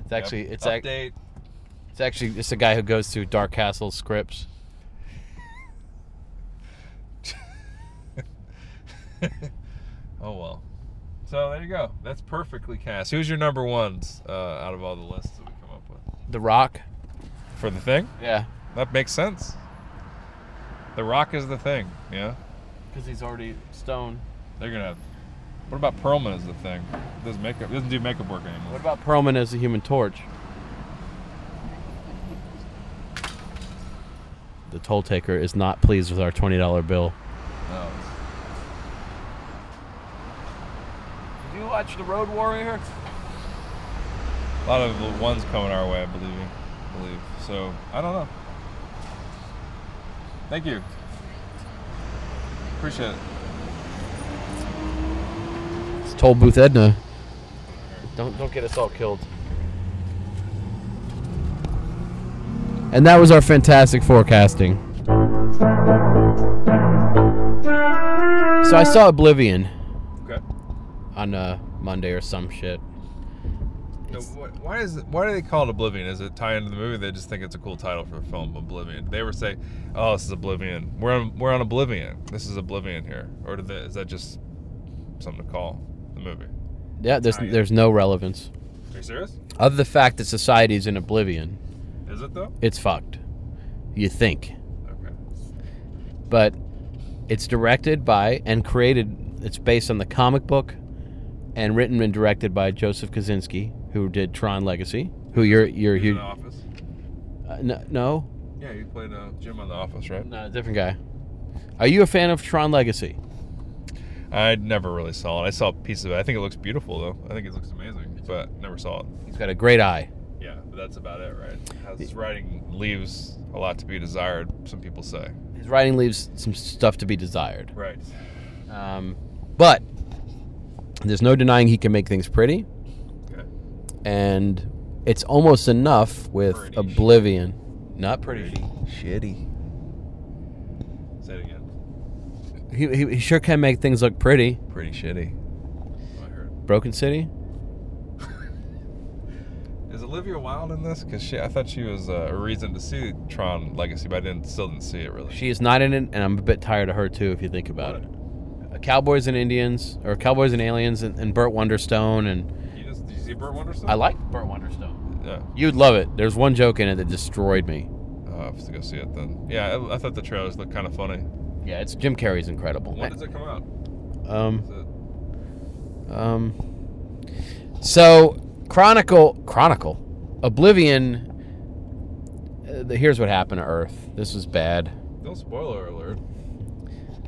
It's actually
Yep.
it's, ac-
update.
it's actually it's a guy who goes through Dark Castle scripts.
oh well. So there you go. That's perfectly cast. Who's your number ones uh, out of all the lists that we come up with
The Rock.
for the thing?
Yeah.
That makes sense. The Rock is the thing. Yeah,
Because he's already stone.
they're gonna. What about Perlman as the thing? Doesn't makeup doesn't do makeup work anymore.
What about Perlman as the Human Torch? The toll taker is not pleased with our twenty dollar bill.
No.
Did you watch The Road Warrior?
A lot of the ones coming our way, I believe. Believe. So I don't know. Thank you. Appreciate it.
It's Toll Booth Edna. Don't don't get us all killed. And that was our fantastic forecasting. So I saw Oblivion
Okay.
on uh, Monday or some shit.
Now, wh- Why is it, why do they call it Oblivion? Is it tie into the movie? They just think it's a cool title for a film, Oblivion. They were saying, "Oh, this is Oblivion. We're on we're on Oblivion. This is Oblivion here." Or did they, is that just something to call the movie?
Yeah, there's
Alright.
there's no relevance
Are you serious?
other than the fact that society's in oblivion.
Is it though?
It's fucked. You think,
Okay.
but it's directed by and created. It's based on the comic book and written and directed by Joseph Kaczynski, who did Tron Legacy. Who you're you're
He's in
huge?
the office.
Uh, no, no,
Yeah, you played uh, Jim on the Office, right?
no, different guy. Are you a fan of Tron Legacy?
I never really saw it. I saw pieces of it. I think it looks beautiful though. I think it looks amazing, but never saw it.
He's got a great eye.
Yeah, but that's about it, right? His writing leaves a lot to be desired. Some people say.
His writing leaves some stuff to be desired.
Right.
Um, but there's no denying he can make things pretty.
Okay.
and it's almost enough with
Pretty.
Oblivion. Not pretty.
Shitty. Say it again.
He, he, he sure can make things look pretty.
Pretty shitty. Oh, I heard.
Broken City?
Is Olivia Wilde in this? Because she, I thought she was uh, a reason to see Tron Legacy, but I didn't, still didn't see it really.
She is not in it, and I'm a bit tired of her too, if you think about it. Uh, Cowboys and Indians, or Cowboys and Aliens, and, and Burt Wonderstone, and
You just, did you see Burt Wonderstone?
I like Burt Wonderstone.
Yeah.
You'd love it. There's one joke in it that destroyed me.
Oh, I have to go see it then. Yeah, I, I thought the trailers looked kind of funny.
Yeah, it's Jim Carrey's incredible.
When does it come out?
Um,
Is it
um, so Chronicle, Chronicle, Oblivion. uh, the- here's what happened to Earth. This is bad.
No spoiler alert.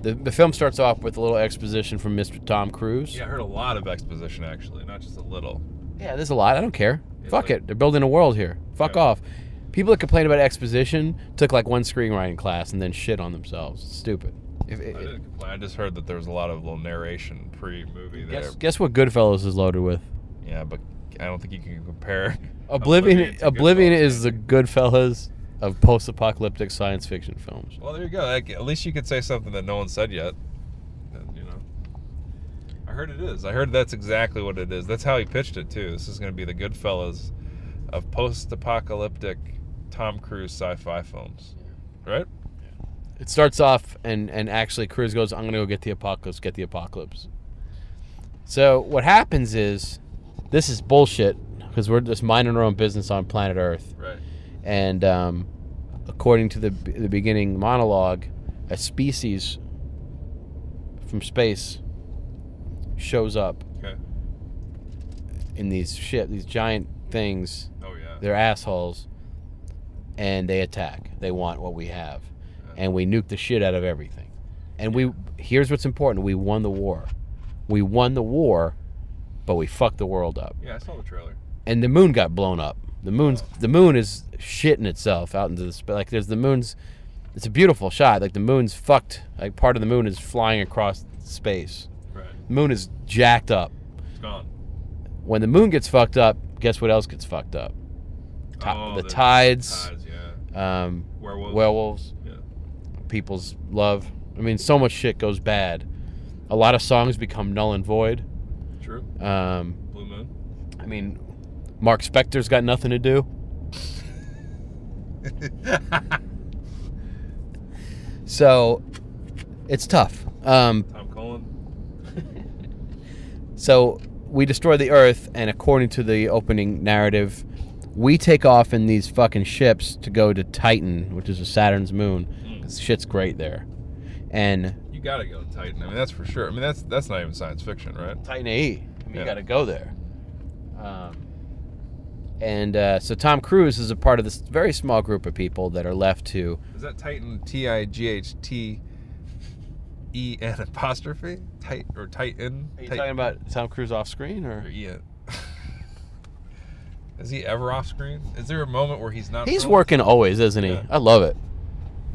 The, the film starts off with a little exposition from Mr. Tom Cruise.
Yeah, I heard a lot of exposition actually, not just a little.
Yeah, there's a lot. I don't care.
Yeah,
Fuck
like-
it. They're building a world here. Fuck
Yeah.
off. People that complain about exposition took like one screenwriting class and then shit on themselves. It's stupid. If,
I didn't complain. I just heard that there was a lot of little narration pre-movie there.
guess, guess what Goodfellas is loaded with?
Yeah, but I don't think you can compare.
Oblivion.
to
Oblivion
Goodfellas.
is the Goodfellas of post-apocalyptic science fiction films.
Well, there you go. Like, at least you could say something that no one said yet. And, you know, I heard it is. I heard that's exactly what it is. That's how he pitched it too. This is going to be the Goodfellas of post-apocalyptic Tom Cruise sci-fi films, right?
It starts off and and actually Cruz goes, "I'm gonna go get the apocalypse. Get the apocalypse." So what happens is, this is bullshit because we're just minding our own business on planet Earth.
Right.
and um, according to the the beginning monologue, a species from space shows up
Okay.
in these ship, these giant things.
Oh yeah.
They're assholes, and they attack. They want what we have, and we nuke the shit out of everything. And we here's what's important: we won the war. We won the war, but we fucked the world up.
Yeah, I saw the trailer.
and the moon got blown up. The moon's the moon is shitting itself out into the sp- like there's the moon's. It's a beautiful shot. Like the moon's fucked. Like part of the moon is flying across space.
Right.
The moon is jacked up.
It's gone.
When the moon gets fucked up, guess what else gets fucked up? Ti-
Oh,
the tides,
Tides, yeah.
um,
Werewolves.
werewolves,
Yeah.
people's love. I mean, so much shit goes bad. A lot of songs become null and void.
True.
Um,
Blue Moon.
I mean, Mark Spector's got nothing to do. so it's tough. Um,
Tom Cullen.
so we destroy the Earth, and according to the opening narrative, we take off in these fucking ships to go to Titan, which is a Saturn's moon. 'cause Shit's great there. And
You gotta go to Titan. I mean, that's for sure. I mean, that's that's not even science fiction, right?
Titan AE. I mean, you
Yeah.
got to go there. Um, and uh, so Tom Cruise is a part of this very small group of people that are left to
Is that Titan? T I G H T E N apostrophe? Tight or Titan?
Are you
Tit-
talking about Tom Cruise off screen
or
or?
Ian? Is he ever off screen? Is there a moment where he's not?
He's
filming?
working always, isn't he?
Yeah.
I love it.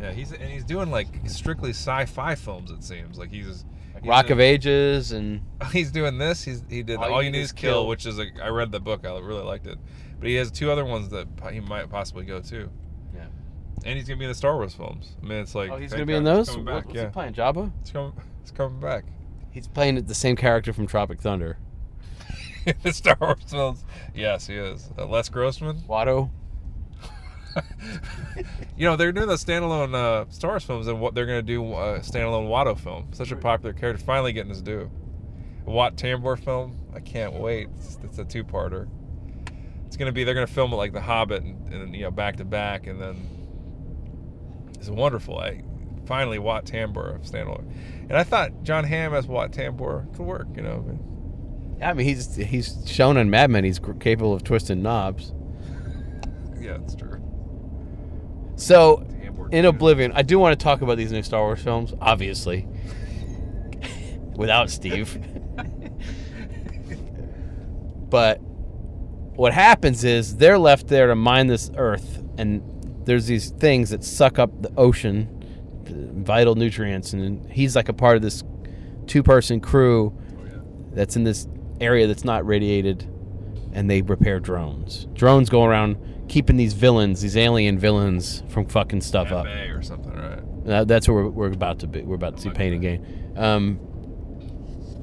Yeah, he's and he's doing like strictly sci-fi films. It seems like he's he's
Rock of
doing-
Ages and
He's doing this. He's he did All, You Need Is Kill,
Kill.
which is a, I read the book. I really liked it, but he has two other ones that po- he might possibly go to.
Yeah.
And he's gonna be in the Star Wars films. I mean, it's like
oh, he's
thank
gonna be in
God, it's
those. What-
coming back,
what's
yeah.
he playing? Jabba?
It's coming. It's coming back.
He's playing the same character from Tropic Thunder.
the Star Wars films. Yes, he is. Uh, Les Grossman.
Watto.
you know they're doing the standalone uh, Star Wars films, and what they're gonna do uh, standalone Watto film. Such a popular character, finally getting his due. Watt Tambor film. I can't wait. It's, it's a two-parter. It's gonna be. They're gonna film it like The Hobbit, and, and you know back to back, and then it's wonderful. I finally Watt Tambor of standalone, and I thought John Hamm as Watt Tambor could work. You know, but
Yeah, I mean he's he's shown in Mad Men. He's gr- capable of twisting knobs.
yeah, it's true.
So
Tambor
in
too.
Oblivion, I do want to talk about these new Star Wars films, obviously, without Steve. but what happens is they're left there to mine this earth, and there's these things that suck up the ocean, the vital nutrients, and he's like a part of this two-person crew
Oh, yeah.
that's in this area that's not radiated, and they repair drones. Drones go around keeping these villains, these alien villains, from fucking stuff up.
FA or something, right?
Uh, that's where we're, we're about to be. We're about to see pain and gain. Um,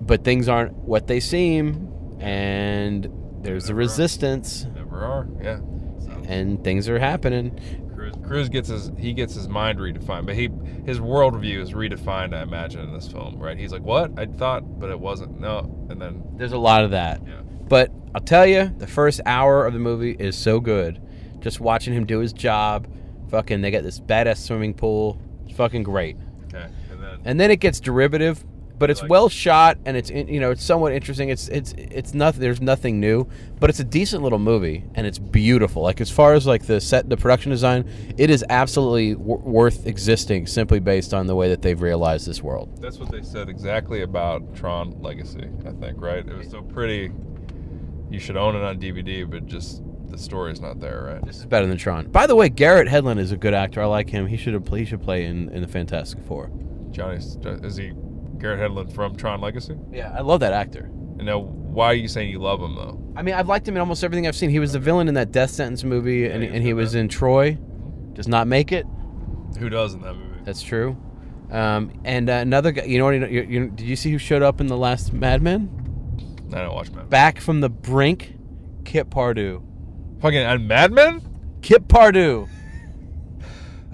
but things aren't what they seem, and there's the
Never are.
resistance,
Never are. Yeah. So
and things are happening.
Cruz, Cruz gets his he gets his mind redefined, but he his worldview is redefined. I imagine in this film, right? He's like, "What? I thought, but it wasn't." No, and then
There's a lot of that.
yeah,
But I'll tell you, the first hour of the movie is so good. Just watching him do his job. Fucking, they got this badass swimming pool. It's fucking great.
okay, and then
And then it gets derivative, but it's
like-
well shot and it's in- you know it's somewhat interesting. It's it's it's nothing. There's nothing new, but it's a decent little movie and it's beautiful. Like as far as like the set, the production design, it is absolutely w- worth existing simply based on the way that they've realized this world.
That's what they said exactly about Tron Legacy, I think, right? It was so pretty. You should own it on DVD, but just the story's not there, right?
This is better than Tron. By the way, Garrett Hedlund is a good actor. I like him. He should have he should play in in the Fantastic Four.
Johnny, is he Garrett Hedlund from Tron Legacy?
Yeah, I love that actor.
And now, why are you saying you love him though?
I mean, I've liked him in almost everything I've seen. He was the villain in that Death Sentence movie, and,
he was
and he
good,
was
man.
in Troy. Does not make it.
Who does in that movie?
That's true. Um, and uh, another guy, you know what? You, you, you, did you see who showed up in the last Mad Men?
I don't watch Mad Men.
Back from the brink, Kip Pardue.
Fucking and Mad Men?
Kip Pardue.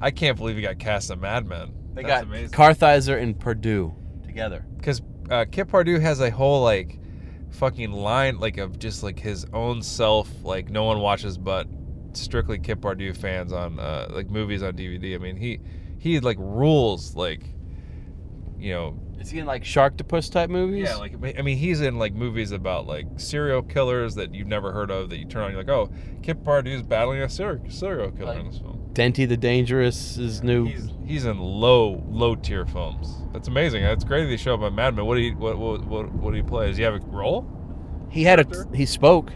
I can't believe he got cast in Mad Men.
They
That's
got
amazing.
Kartheiser and Pardue together.
because uh, Kip Pardue has a whole like fucking line like of just like his own self like no one watches but strictly Kip Pardue fans on uh, like movies on DVD. I mean he he like rules like you know
Is he in like Sharktopus type movies?
yeah like I mean he's in like movies about like serial killers that you've never heard of that you turn on you're like oh Kip Pardue's battling a serial serial killer in
Like-
this film.
Denty the Dangerous is new.
He's he's in low low tier films. That's amazing. That's great that they show up on Mad Men. What do you what what what, what do you play? Does he have a role?
he had
Arthur?
a he spoke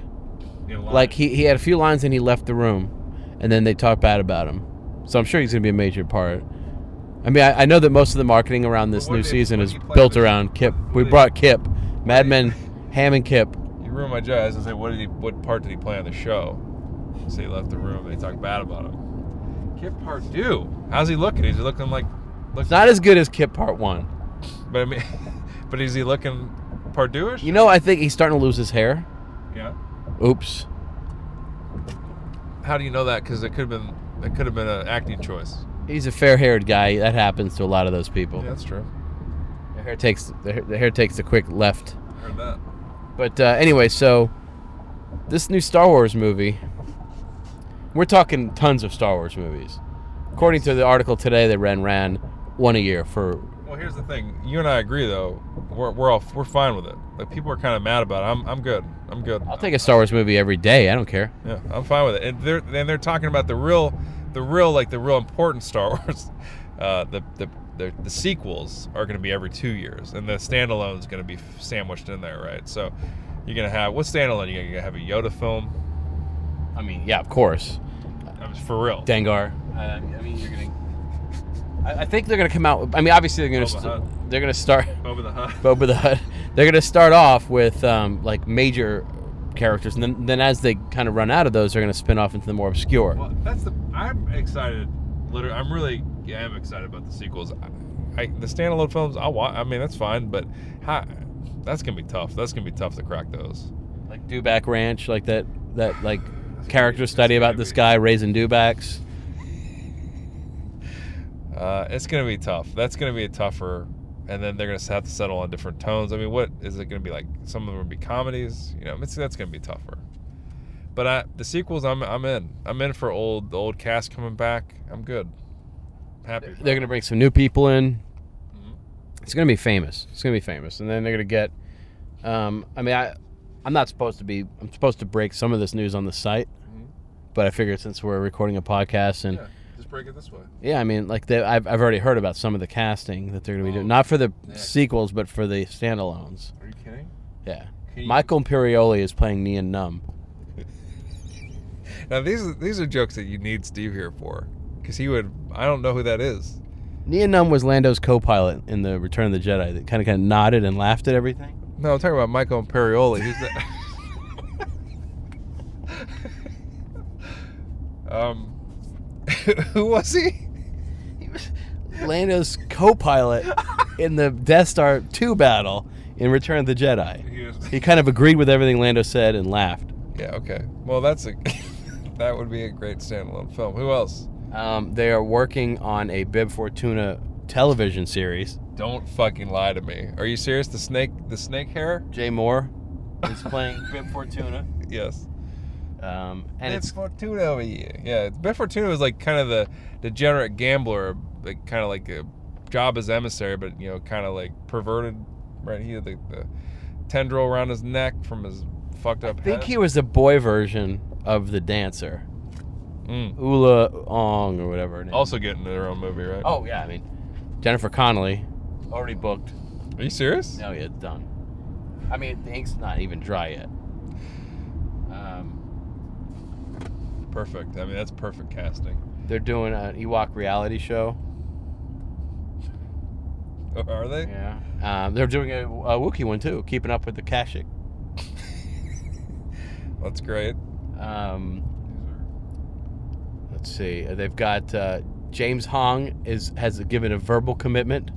You know,
like he, he had a few lines and he left the room, and then they talked bad about him. So I'm sure he's gonna be a major part. I mean, I, I know that most of the marketing around this
But what
new
did-
season
what
is
did he play
built
with-
around Kip.
what
We
did-
brought Kip, Mad
did-
Men, Ham and Kip.
You ruined my joke. I was gonna say, what did he? What part did he play on the show? So he left the room. They talked bad about him. Kip Pardue. How's he looking? Is he looking like? Looking,
It's not as good as Kip Part One.
But I mean, but is he looking Pardewish?
You know, I think he's starting to lose his hair.
Yeah.
Oops.
How do you know that? Because it could have been. It could have been an acting choice.
He's a fair-haired guy. That happens to a lot of those people.
Yeah, that's true.
Their hair takes the hair, the hair takes a quick left.
Heard that.
But uh, anyway, so this new Star Wars movie, we're talking tons of Star Wars movies. According to the article today that Ren ran, one a year for.
Well, here's the thing. You and I agree, though. We're, we're all we're fine with it. Like people are kind of mad about it. I'm I'm good. I'm good.
I'll take a Star Wars movie every day. I don't care.
Yeah, I'm fine with it. And they're and they're talking about the real, the real like the real important Star Wars. Uh, the, the the the sequels are going to be every two years, and the standalone's going to be sandwiched in there, right? So you're going to have what standalone? You're going to have a Yoda film.
I mean, yeah, of course.
I was for real.
Dengar. Uh, I mean, you're gonna. I, I think they're gonna come out. With, I mean, obviously they're gonna.
Boba
St-
Hutt.
they're gonna start.
Over the Hutt.
Boba the Hutt. They're gonna start off with um, like major characters, and then, then as they kind of run out of those, they're gonna spin off into the more obscure.
Well, that's the. I'm excited. Literally, I'm really. Yeah, I'm excited about the sequels. I, I the standalone films. I want. I mean, that's fine, but how, that's going to be tough. That's going to be tough to crack those.
like Dewback Ranch, like that that like
be-
character study
that's gonna
about this
be-
guy raising dewbacks.
Uh, it's gonna be tough. That's gonna be a tougher, and then they're gonna have to settle on different tones. I mean, what is it gonna be like? Some of them will be comedies. You know, it's, that's gonna be tougher. But I, the sequels, I'm I'm in. I'm in for old the old cast coming back. I'm good. Happy.
They're gonna bring some new people in.
Mhm.
It's gonna be famous. It's gonna be famous, and then they're gonna get. Um, I mean, I I'm not supposed to be. I'm supposed to break some of this news on the site,
Mhm.
but I figured since we're recording a podcast and.
Yeah, just break it this way.
Yeah, I mean, like they, I've, I've already heard about some of the casting that they're going to be
Oh,
doing, not for the
yeah.
sequels, but for the standalones.
Are you kidding?
Yeah,
Can you-
Michael Imperioli is playing Neon Numb.
Now these are- these are jokes that you need Steve here for, because he would. I don't know who that is.
Neon Numb was Lando's co-pilot in the Return of the Jedi. That kind of kind of nodded and laughed at everything.
No, I'm talking about Michael Imperioli. Who's that? um, who was he?
Lando's co-pilot in the Death Star two battle in Return of the Jedi. He kind of agreed with everything Lando said and laughed.
Yeah. Okay. Well, that's a that would be a great standalone film. Who else?
Um, they are working on a Bib Fortuna television series.
Don't fucking lie to me. Are you serious? The snake, the snake hair?
Jay Moore is playing Bib Fortuna,
Yes.
um, and
Bib
it's
Fortuna over here. Yeah, Bib Fortuna was like kind of the degenerate gambler, like kind of like a job as emissary, but you know, kind of like perverted right? He had the, the tendril around his neck from his fucked up
I think
head.
he was the boy version of the dancer,
Mm.
Ula Ong or whatever. Her name.
Also getting their own movie, right?
oh yeah, I mean Jennifer Connelly, already booked.
Are you serious?
No, yeah, it's done. I mean, the ink's not even dry yet. Um,
Perfect. I mean, that's perfect casting.
they're doing an Ewok reality show.
Are they?
Yeah. Um, they're doing a, a Wookiee one too, keeping up with the Kashyyyk.
That's great.
Um, let's see. Uh, They've got uh, James Hong is has given a verbal commitment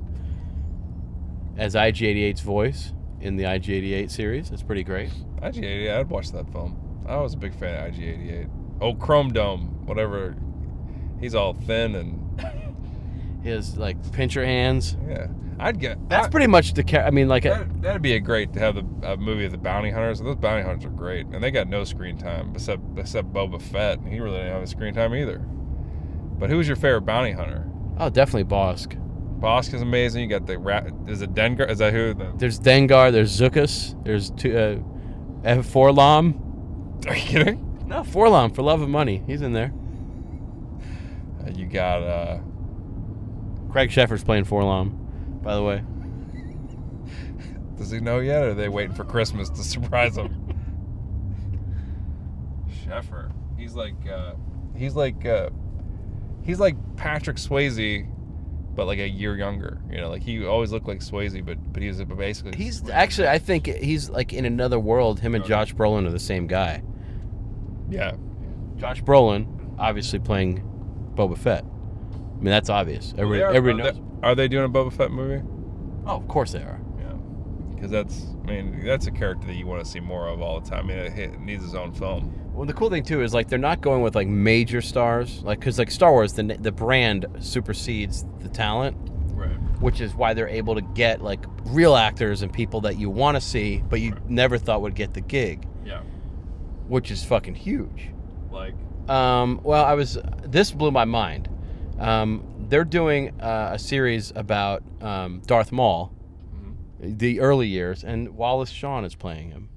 as IG88's voice in the IG88 series. That's pretty great.
IG88. I'd watch that film. I was a big fan of IG88. Oh, Chrome Dome, whatever. He's all thin and
His like pincher hands.
yeah. I'd get
That's
I-
pretty much the. Ca- I mean, like a,
That, that'd be a great to have the a movie of the bounty hunters. Those bounty hunters are great, and they got no screen time except except Boba Fett. He really didn't have any screen time either. But who was your favorite bounty hunter?
oh, definitely Bosk.
Bosk is amazing. You got the rat. Is it Dengar? Is that who? The,
There's Dengar. There's Zukus. There's two. Uh, uh, Forlom.
are you kidding?
No, Forlom for love of money. He's in there.
Uh, you got uh,
Craig Sheffer's playing Forlom, by the way.
Does he know yet, or are they waiting for Christmas to surprise him? Sheffer. He's like, uh, he's like, uh, he's like Patrick Swayze, but like a year younger. You know, like he always looked like Swayze, but but he was basically.
He's actually, I think he's like in another world. Him and Josh Brolin are the same guy.
yeah.
Josh Brolin, obviously playing Boba Fett. I mean, that's obvious. Everybody,
They are-
everybody
are
knows.
They, are they doing a Boba Fett movie?
Oh, of course they are.
Yeah. Because that's, I mean, that's a character that you want to see more of all the time. I mean, it, it needs his own film.
Well, the cool thing too is like they're not going with like major stars, like because like Star Wars, the n- the brand supersedes the talent,
Right.
which is why they're able to get like real actors and people that you want to see, but you never thought would get the gig,
Yeah.
which is fucking huge.
Like.
Um, well, I was. This blew my mind. Um, they're doing uh, a series about um, Darth Maul, the early years, and Wallace Shawn is playing him.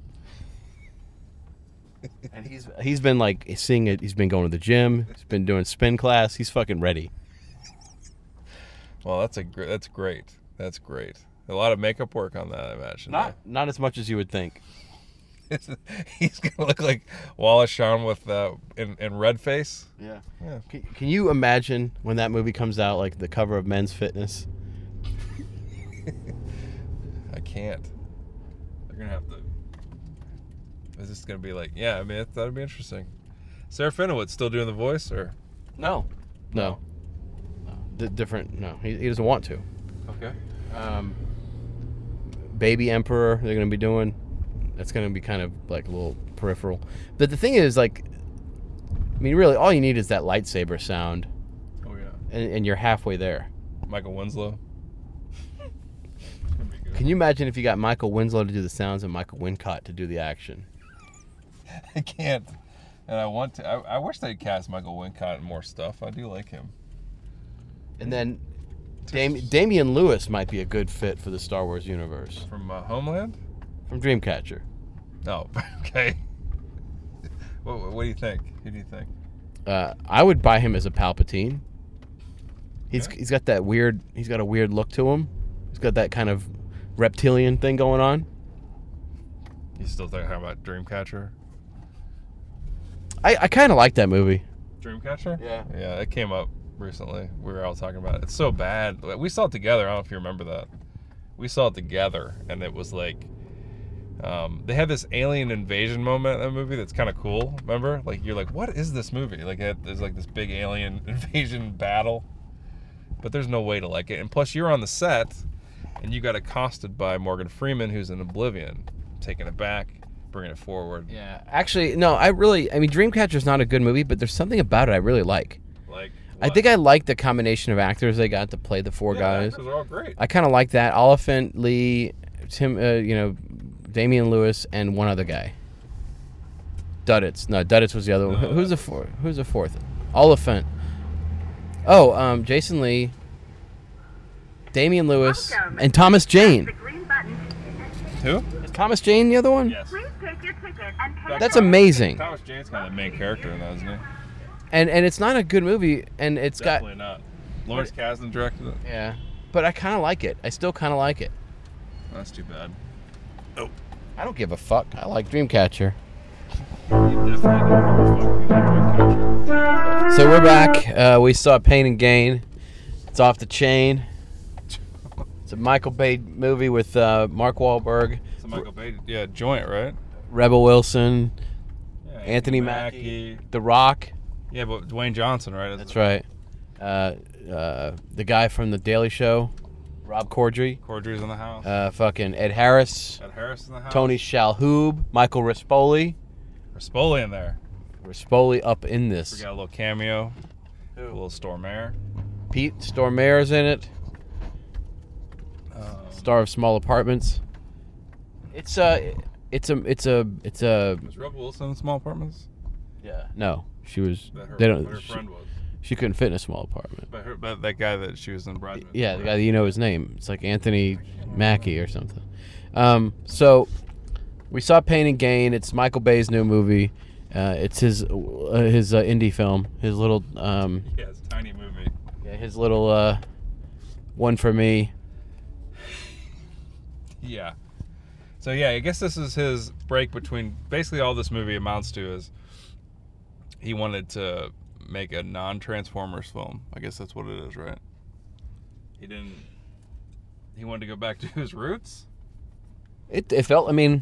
and he's he's been like seeing it. He's been going to the gym. He's been doing spin class. He's fucking ready.
Well, that's a gr- that's great. That's great. A lot of makeup work on that, I imagine.
not as much as you would think.
He's gonna look like Wallace Shawn with uh, in, in red face.
Yeah.
Yeah.
Can, can you imagine when that movie comes out, like the cover of Men's Fitness?
I can't. They're gonna have to. Is this gonna be like? Yeah, I mean that, that'd be interesting. Sarah Finowitz still doing the voice, or
No. No. no. D- different. No, he, he doesn't want to.
okay,
um, baby emperor they're gonna be doing that's gonna be kind of like a little peripheral but the thing is like i mean really all you need is that lightsaber sound
oh yeah,
and, and you're halfway there
Michael Winslow.
can you imagine if you got michael winslow to do the sounds and michael wincott to do the action
I can't, and I want to. I, I wish they'd cast Michael Wincott in more stuff. I do like him.
and then Dam- damian lewis might be a good fit for the star wars universe
From uh, Homeland.
from dreamcatcher
No, okay. what, what, what do you think? Who do you think?
uh, i would buy him as a palpatine He's,
Yeah.
he's got that weird he's got a weird look to him he's got that kind of reptilian thing going on
You still talking about Dreamcatcher?
I, I kind of like that movie.
Dreamcatcher?
Yeah.
Yeah, it came up recently. We were all talking about it. It's so bad. Like, We saw it together. I don't know if you remember that. We saw it together, and it was like, um, they had this alien invasion moment in that movie that's kind of cool. Remember? Like you're like, what is this movie? Like it, there's like this big alien invasion battle, but there's no way to like it. And plus, you're on the set, and you got accosted by Morgan Freeman, who's in Oblivion, taking it back, bringing it forward.
Yeah. Actually, no, I really, I mean, Dreamcatcher's not a good movie, but there's something about it I really like.
Like
I think I like the combination of actors they got to play the four guys.
Those are all great.
I kind of like that. Oliphant, Lee, Tim, uh, you know, Damian Lewis, and one other guy. Duddits. No, Duddits was the other one.
No,
Who- Who's the fourth? Who's the fourth? Oliphant. Oh, um, Jason Lee, Damian Lewis,
Welcome.
and Thomas Jane.
The green button
Who?
Is Thomas Jane the other one?
Yes.
Please take your ticket and head
That's amazing.
Thomas Jane's kind of the main character in that, isn't he?
And and it's not a good movie, and it's got
Definitely not. Lawrence Kasdan directed it.
yeah, but I kind of like it. I still kind of like it.
That's too bad.
I don't give a fuck. I like Dreamcatcher.
He definitely didn't give a fuck. He liked Dreamcatcher.
So we're back. Uh, we saw Pain and Gain. It's off the chain. It's a Michael Bay movie with uh, Mark Wahlberg,
It's a Michael Bay, yeah, joint, right?
Rebel Wilson,
Yeah,
Anthony Mackie. The Rock.
Yeah, but Dwayne Johnson, right?
That's right. Uh, uh, the guy from The Daily Show, Rob Corddry.
Cordry's in the house.
Uh, fucking Ed Harris.
Ed Harris in the house.
Tony Shalhoub. Michael Rispoli.
Rispoli in there.
Rispoli up in
We
this.
got a little cameo. A little Stormare.
Pete Stormare's in it.
Um,
Star of Small Apartments. It's a, it's a, it's a, it's a.
was Rob Wilson in Small Apartments?
Yeah. No, she was.
That her,
They don't.
what her
she-
friend was.
She couldn't fit in a small apartment.
But, her, but that guy that she was in Bridesmaids.
Yeah, the
with.
guy that you know his name. It's like Anthony Mackie or something. Um, so we saw Pain and Gain. It's Michael Bay's new movie. Uh, it's his uh, his uh, indie film. His little um,
Yeah, it's a tiny movie.
yeah, his little uh, one for me.
Yeah. So yeah, I guess this is his break between basically all this movie amounts to is he wanted to make a non-Transformers film. I guess that's what it is, right? He didn't he wanted to go back to his roots?
It, it felt. I mean,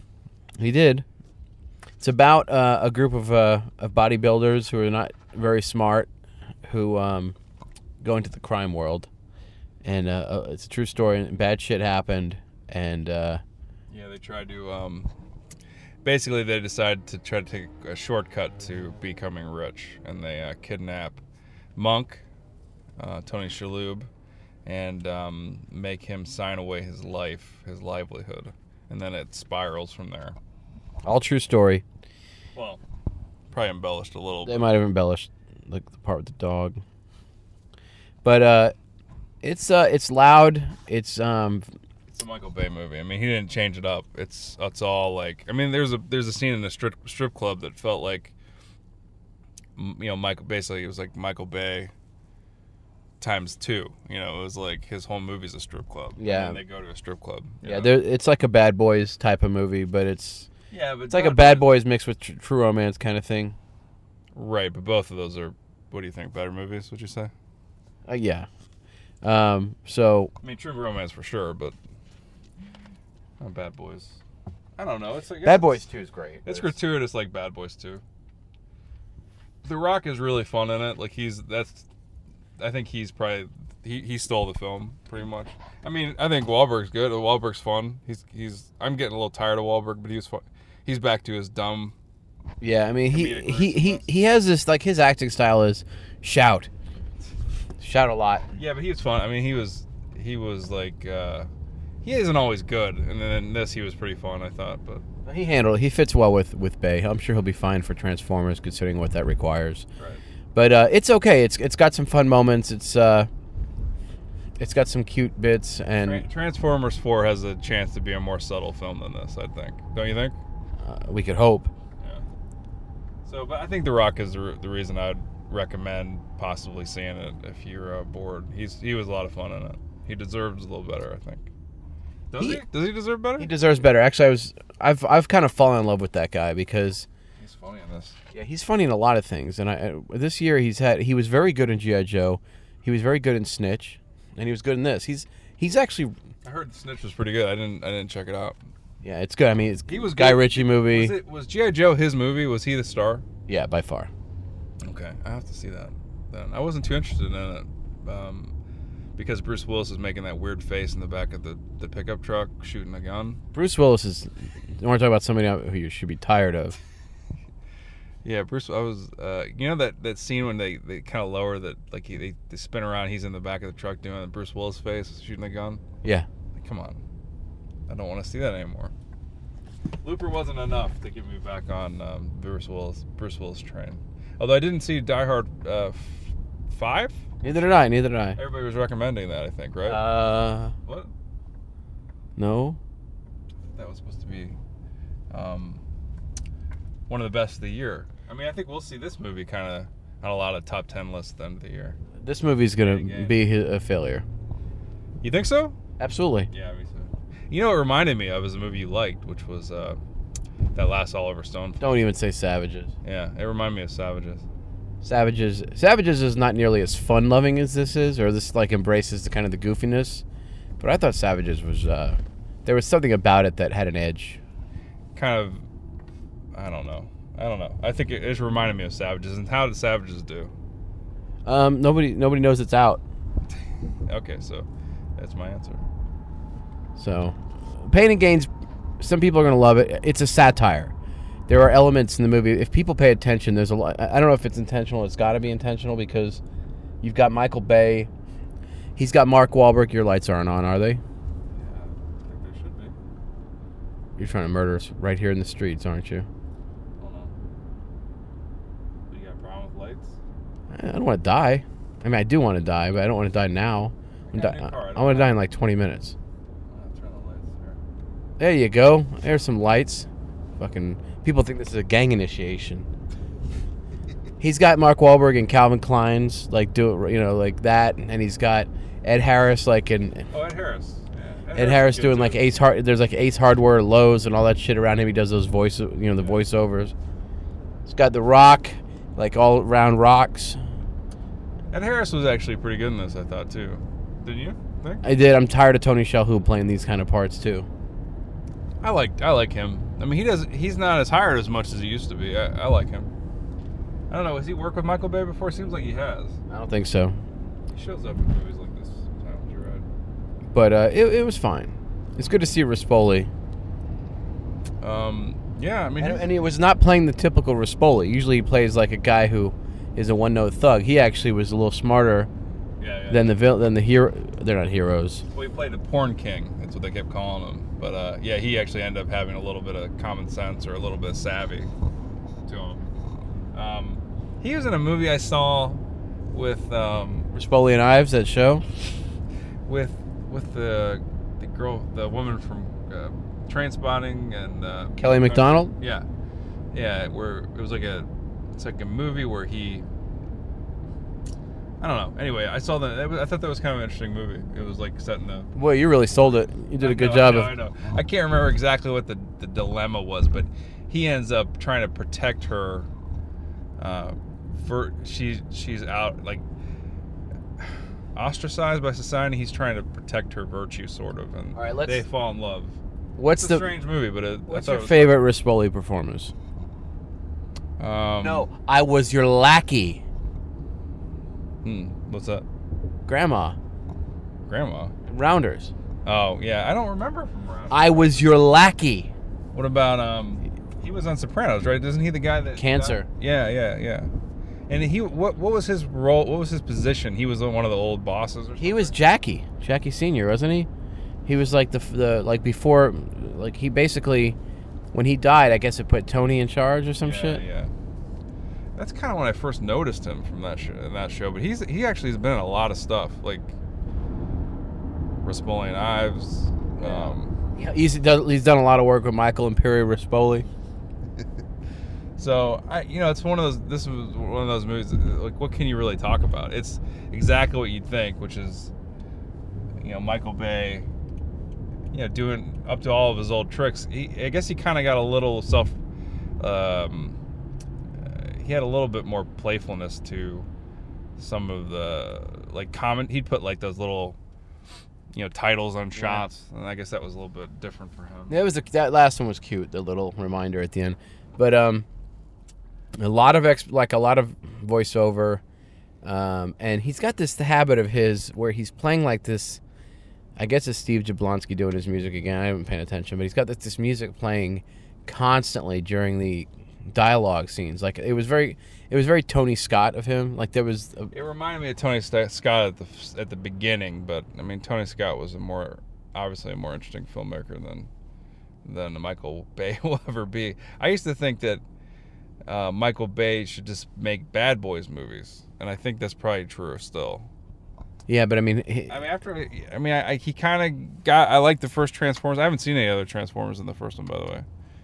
he did. It's about uh, a group of uh, of bodybuilders who are not very smart, who um, go into the crime world, and uh, uh, it's a true story. And bad shit happened, and uh,
Yeah, they tried to um basically they decided to try to take a shortcut to becoming rich and they uh, kidnap Monk, uh, Tony Shalhoub and um, make him sign away his life, his livelihood. And then it spirals from there.
all true story.
Well, probably embellished a little.
They
Bit.
might have embellished like the part with the dog, but uh, it's uh, it's loud. It's um,
It's a Michael Bay movie. I mean, he didn't change it up. It's it's all like. I mean, there's a there's a scene in the strip strip club that felt like, m- you know, Michael. Basically, it was like Michael Bay times two. You know, it was like his whole movie's a strip club.
Yeah.
And they go to a strip club. you
yeah,
know?
there. It's like a Bad Boys type of movie, but it's
Yeah, but
it's like a Bad Boys mixed with tr- True Romance kind of thing.
Right, but both of those are. What do you think? Better movies? Would you say?
Uh, yeah. Um, so
I mean, True Romance for sure, but not Bad Boys. I don't know. It's like
Bad Boys Two is great.
It's gratuitous like Bad Boys too. The Rock is really fun in it. Like he's that's I think he's probably he, he stole the film pretty much. I mean, I think Wahlberg's good. Wahlberg's fun. He's he's I'm getting a little tired of Wahlberg, but he was fun. He's back to his dumb.
Yeah, I mean he
Comedic
he,
version,
he he has this like his acting style is shout, shout a lot.
Yeah, but he was fun. I mean, he was he was like uh he isn't always good. And then in this he was pretty fun, I thought, but
He handled he fits well with with Bay. I'm sure he'll be fine for Transformers considering what that requires.
right.
But uh, it's okay. It's it's got some fun moments. It's uh, it's got some cute bits
Tran
and
Transformers 4 has a chance to be a more subtle film than this, I think. Don't you think?
uh, we could hope.
Yeah. So, but I think The Rock is the, re- the reason I'd recommend possibly seeing it if you're uh, bored. He's he was a lot of fun in it. He deserves a little better, I think. Does he?
He-
Does he deserve better?
He deserves better. Actually, I was I've I've kind of fallen in love with that guy because
He's funny in this.
Yeah, he's funny in a lot of things, and I uh, this year he's had he was very good in GI Joe, he was very good in Snitch, and he was good in this. He's he's actually
I heard the Snitch was pretty good. I didn't I didn't check it out.
yeah, it's good. I mean, it's
He was
Guy
good.
Ritchie movie.
Was it was GI Joe his movie? Was he the star?
Yeah, by far.
Okay, I have to see that. Then I wasn't too interested in it. Um, because Bruce Willis is making that weird face in the back of the, the pickup truck shooting a gun.
Bruce Willis is. I want to talk about somebody who you should be tired of.
Yeah, Bruce. I was, uh, you know that that scene when they they kind of lower that, like he, they, they spin around. He's in the back of the truck doing the Bruce Willis face, shooting the gun.
Yeah,
Like, come on, I don't want to see that anymore. Looper wasn't enough to get me back on um, Bruce Willis Bruce Willis train. Although I didn't see Die Hard uh, f- five.
neither did I. Neither did Uh, I.
Everybody was recommending that. I think right.
Uh,
what?
no.
that was supposed to be um, one of the best of the year. I mean, I think we'll see this movie kind of on a lot of top ten lists at the end of the year.
This movie's gonna
game.
be hi- a failure.
You think so?
Absolutely.
Yeah, me too. You know, what it reminded me of is a movie you liked, which was uh, that last Oliver Stone. film.
Don't even say Savages.
Yeah, it reminded me of Savages.
Savages. Savages is not nearly as fun loving as this is, or this like embraces the kind of the goofiness. But I thought Savages was. Uh, there was something about it that had an edge.
Kind of, I don't know. I don't know. I think it, it just reminded me of Savages. And how did Savages do?
Um, nobody nobody knows it's out.
Okay, so that's my answer.
So, Pain and Gains, some people are going to love it. It's a satire. There are elements in the movie. If people pay attention, there's a lot. I I don't know if it's intentional. It's got to be intentional because you've got Michael Bay. He's got Mark Wahlberg. Your lights aren't on, are they?
Yeah, I think they should be.
You're trying to murder us right here in the streets, aren't you?
Hold on. You got a problem with lights?
I I don't want to die. I mean, I do want to die, but I don't want to die now. I'm
got a
di-
new car, I
I
don't
want to die
mind.
in like 20 minutes.
I'll turn the lights here.
There you go. There's some lights. Fucking people think this is a gang initiation. he's got Mark Wahlberg and Calvin Klein's like do it, you know, like that, and he's got Ed Harris like and
Oh, Ed Harris. Yeah,
Ed Harris
is good,
doing
too.
like Ace Hard. There's like Ace Hardware, Lowe's, and all that shit around him. He does those voice, you know, the voiceovers. He's got the Rock, like all round rocks.
Ed Harris was actually pretty good in this, I thought too. Didn't you? Think?
I did. I'm tired of Tony Shalhoub playing these kind of parts too.
I like I like him. I mean, he does. He's not as hired as much as he used to be. I, I like him. I don't know. Has he worked with Michael Bay before? Seems like he has.
I don't think so,
He shows up in movies like this sometimes. You're right.
but uh, it, it was fine. It's good to see
Mhm.
Rispoli.
Um. Yeah. I mean,
And,
he's-
and he was not playing the typical Rispoli. Usually he plays like a guy who is a one note thug. He actually was a little smarter
yeah, yeah.
than the vil- than the hero. They're not heroes.
Well, he played a porn king. That's what they kept calling him. But uh, yeah, he actually ended up having a little bit of common sense or a little bit of savvy to him. Um, he was in a movie I saw with um,
Rispoli and Ives that show.
with with the the girl, the woman from uh, Trainspotting and uh,
Kelly MacDonald?
Yeah, yeah. Where it was like a it's like a movie where he. I don't know. Anyway, I saw that. that was- I thought that was kind of an interesting movie. It was like set in the
Boy, you really sold it. You did a
I
good
know,
job
I, know,
of.
I, know. I can't remember exactly what the, the dilemma was, but he ends up trying to protect her. Uh, for she she's out like ostracized by society. He's trying to protect her virtue, sort of, and
All right, let's-
they fall in love.
What's
It's a
the
strange movie, but it,
What's
I thought
your
it was,
favorite Rispoli performance?
Um,
No, I was your lackey,
hmm, what's that?
Grandma.
Grandma.
Rounders.
Oh yeah, I don't remember from around.
I was your lackey.
What about um? He was on Sopranos, right? Isn't he the guy that
Cancer.
Yeah, yeah, yeah. And he what what was his role? What was his position? He was one of the old bosses. Or something?
He was Jackie, Jackie Senior, wasn't he? He was like the the like before, like he basically, when he died, I guess it put Tony in charge or some
yeah,
shit.
Yeah. That's kind of when I first noticed him from that show, in that show. But he's he actually has been in a lot of stuff like Raspolian Ives. Um,
Yeah, He's done, he's done a lot of work with Michael Imperi Rispoli.
so I you know it's one of those this was one of those movies that, like what can you really talk about? It's exactly what you'd think, which is you know Michael Bay, you know doing up to all of his old tricks. He, I guess he kind of got a little self. Um, uh, he had a little bit more playfulness to some of the like comment. He'd put like those little you know titles on shots, and I guess that was a little bit different for him.
That was a, that last one was cute. The little reminder at the end, but um, a lot of ex like a lot of voiceover, um, and he's got this habit of his where he's playing like this. I guess it's Steve Jablonsky doing his music again. I haven't paid attention, but he's got this, this music playing constantly during the dialogue scenes. Like it was very, it was very Tony Scott of him. Like there was uh, a,
It reminded me of Tony St- Scott at the f- at the beginning, but I mean Tony Scott was a more obviously a more interesting filmmaker than than Michael Bay will ever be. I used to think that uh, Michael Bay should just make bad boys movies, and I think that's probably true still.
Yeah, but I mean, he-
I mean, after I mean, I, I, he kind of got. I like the first Transformers. I haven't seen any other Transformers than the first one, by the way.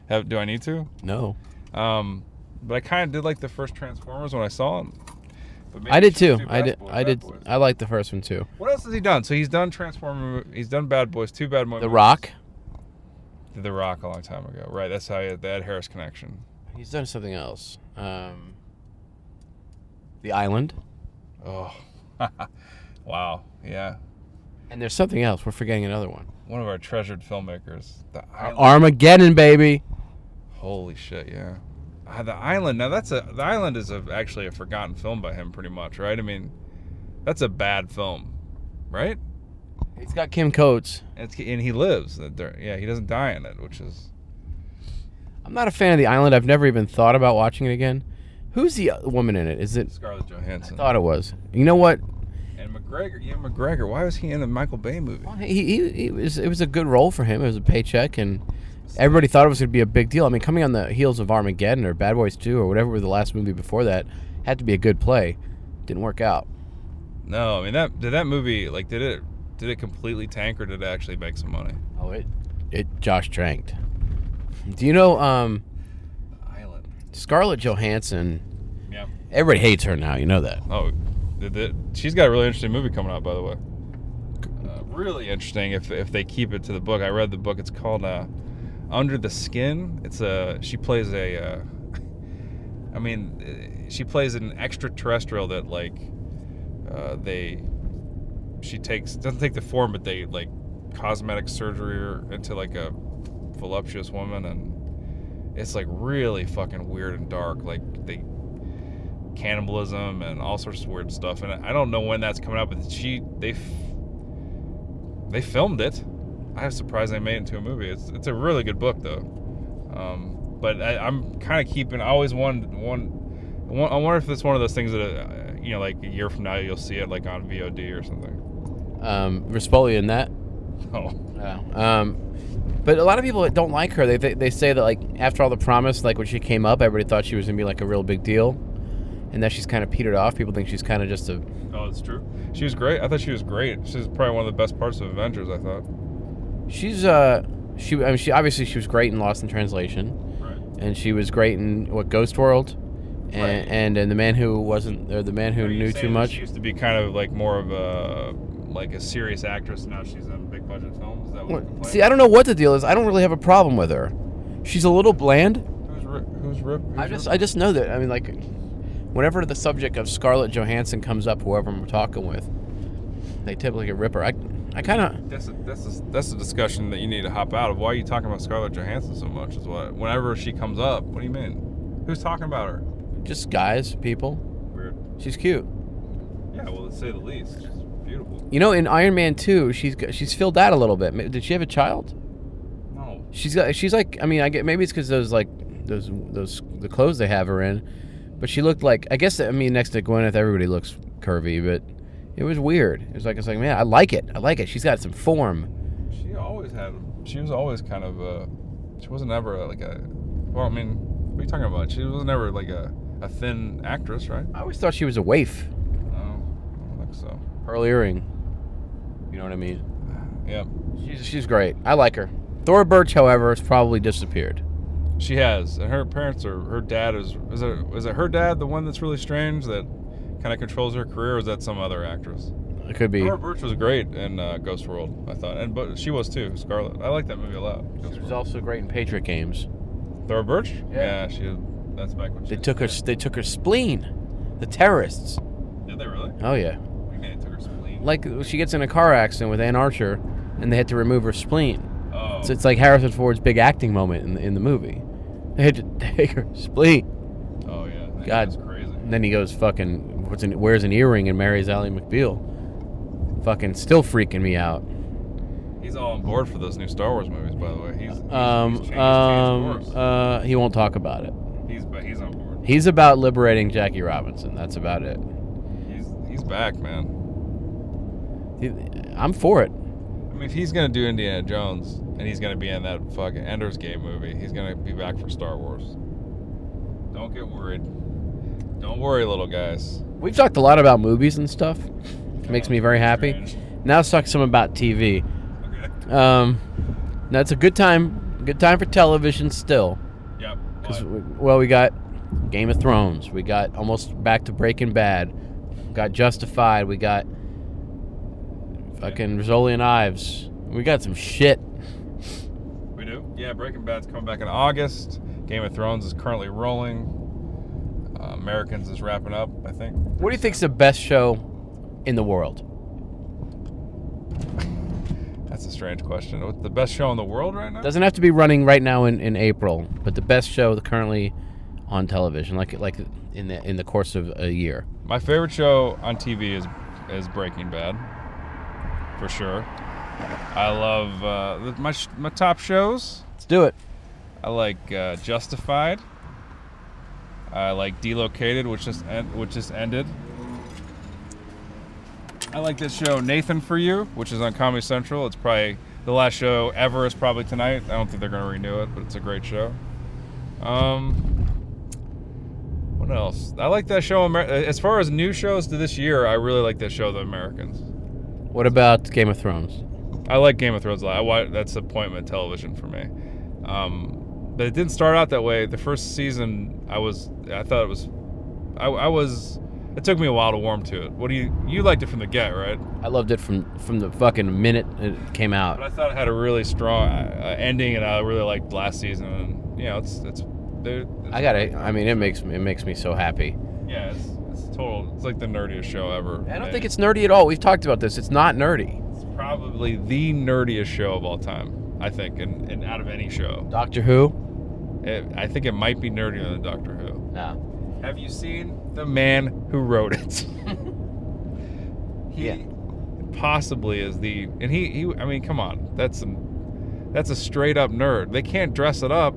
Have, do I need to?
no.
Um, but I kind of did like the first Transformers when I saw it. But maybe
I did
it's just
too.
too
I
Bad
did.
Boys,
I
Bad
did.
Boys.
I liked the first one too.
What else has he done? So he's done Transformer. He's done Bad Boys. Two Bad Boys.
The Rock.
The Rock a long time ago. Right. That's how he had the Ed Harris connection.
He's done something else. Um, the Island.
Oh. wow. Yeah.
And there's something else. We're forgetting another one.
One of our treasured filmmakers. The Island.
Armageddon, baby.
Holy shit. Yeah. Ah, the Island. Now that's a. The Island is a, actually a forgotten film by him, pretty much. Right. I mean, that's a bad film. Right.
It's got Kim Coates.
It's, and he lives. that there- Yeah. He doesn't die in it, which is.
I'm not a fan of The Island. I've never even thought about watching it again. Who's the o- woman in it? Is it?
Scarlett Johansson.
Thought it was. You know what?
And McGregor. Yeah, McGregor. Why was he in a Michael Bay movie?
Well, He, he, he was. It was a good role for him. It was a paycheck, and everybody thought it was going to be a big deal. I mean, coming on the heels of Armageddon or Bad Boys Two or whatever were the last movie before that, had to be a good play. Didn't work out.
No, I mean that did that movie like did it did it completely tank or did it actually make some money?
Oh, it. It Josh tranked. Do you know um,
Island.
Scarlett Johansson?
Yeah.
Everybody hates her now. You know that.
Oh, did it, she's got a really interesting movie coming out by the way. Uh, really interesting if if they keep it to the book. I read the book. It's called uh, Under the Skin. It's a she plays a. Uh, I mean, uh, she plays an extraterrestrial that like uh, they she takes doesn't take the form, but they like cosmetic surgery her into like a voluptuous woman, and it's like really fucking weird and dark. Like they cannibalism and all sorts of weird stuff. And I don't know when that's coming out, but she they f- they filmed it. I'm surprised they made it into a movie. It's it's a really good book though. Um, but I, I'm kind of keeping. I always wanted one. I wonder if it's one of those things that uh, you know, like a year from now, you'll see it like on VOD or something.
Um, Rispoli in that.
Oh.
Um, but a lot of people don't like her. They, they they say that like after all the promise, like when she came up, everybody thought she was gonna be like a real big deal, and that she's kind of petered off. People think she's kind of just a.
Oh, it's true. She was great. I thought she was great. She was probably one of the best parts of Avengers. I thought.
She's uh she I mean she obviously she was great in Lost in Translation,
Right.
and she was great in what Ghost World, and
Right.
and, and the man who wasn't or the man who
Are you
knew
saying
too
that
much.
She used to be kind of like more of a like a serious actress. Now she's in big budget films. Is that what?
Well,
the complaint
See, I don't know what the deal is. I don't really have a problem with her. She's a little bland.
Who's Rip? Who's Rip? Who's
I
Rip?
just I just know that. I mean, like, whenever the subject of Scarlett Johansson comes up, whoever I'm talking with, they typically get ripper. I I kind of
that's a, that's a, that's a discussion that you need to hop out of. Why are you talking about Scarlett Johansson so much? Is what? Whenever she comes up, what do you mean? Who's talking about her?
just guys, people.
Weird.
She's cute.
Yeah, well, to say the least, she's beautiful.
You know, in Iron Man two, she's got- she's filled out a little bit. Ma- Did she have a child?
No.
She's got she's like I mean I get maybe it's because those like those those the clothes they have her in, but she looked like I guess I mean next to Gwyneth everybody looks curvy, but it was weird. It was like it's like man I like it I like it. She's got some form.
She always had. She was always kind of. Uh, she wasn't ever uh, like a. Well, I mean, what are you talking about? She was never like a, a thin actress, right?
I always thought she was a waif.
No, I don't think so.
pearl earring. You know what I mean?
Yeah,
She's she's great. I like her. Thora Birch, however, has probably disappeared.
she has, and her parents are. Her dad is. Is it? Is it her dad, the one that's really strange that kind of controls her career? Or is that some other actress?
It could be.
Laura Birch was great in uh, Ghost World, I thought, and but she was too. Scarlet, I like that movie a lot. Ghost
She was
World.
also great in Patriot Games.
Thora Birch?
Yeah.
she. That's back when she.
They
was-
took her they took her spleen. The terrorists.
Did they really?
Oh yeah.
What do you mean they took her spleen?
Like she gets in a car accident with Ann Archer, and they had to remove her spleen.
Oh.
So it's like Harrison Ford's big acting moment in the, in the movie. They had to take her spleen.
oh yeah. That
God.
was crazy.
And then he goes fucking what's an, wears an earring and marries Ally McBeal. Fucking still freaking me out.
He's all on board for those new Star Wars movies, by the way. He's. he's, he's
Um,
changed-
um,
he's, changed course.
uh, he won't talk about it.
he's but he's on board.
He's about liberating Jackie Robinson. That's about it.
He's he's back, man.
He, I'm for it.
I mean, if he's gonna do Indiana Jones and he's gonna be in that fucking Ender's Game movie, he's gonna be back for Star Wars. Don't get worried. Don't worry, little guys.
We've talked a lot about movies and stuff. It makes me very happy.
Strange.
Now let's talk some about TV.
Okay.
Um, now it's a good time, good time for television still.
Yep.
Because
Why?
well, we got Game of Thrones. We got almost back to Breaking Bad. Got Justified. We got fucking Rizzoli and Ives. We got some shit.
We do. Yeah, Breaking Bad's coming back in August. Game of Thrones is currently rolling. Uh, Americans is wrapping up, I think.
What do you think's the best show in the world?
That's a strange question. What's the best show in the world right now?
Doesn't have to be running right now in, in April, but the best show currently on television, like like in the in the course of a year.
My favorite show on TV is is Breaking Bad, for sure. I love uh, th- my sh- my top shows.
Let's do it.
I like uh, Justified. I like Delocated, which just en- which just ended. I like this show Nathan for You, which is on Comedy Central. It's probably the last show ever. Is probably tonight. I don't think they're going to renew it, but it's a great show. Um, what else? I like that show. Amer- as far as new shows to this year, I really like that show, The Americans.
What about Game of Thrones?
I like Game of Thrones a lot. I watch, that's appointment television for me. Um, but it didn't start out that way. The first season, I was, I thought it was, I, I was, it took me a while to warm to it. What do you, you liked it from the get, right?
I loved it from from the fucking minute it came out.
But I thought it had a really strong uh, ending, and I really liked last season. And you know, it's, it's, they're- it's
I got to I mean, it makes it makes me so happy.
yeah, it's, it's total. It's like the nerdiest show ever.
I don't
made.
think it's nerdy at all. We've talked about this. It's not nerdy.
It's probably the nerdiest show of all time. I think, and, and out of any show,
Doctor Who?
it, I think it might be nerdier than Doctor Who.
No.
Have you seen the man who wrote it? he
Yeah.
possibly is the and he he I mean come on that's some that's a straight up nerd. They can't dress it up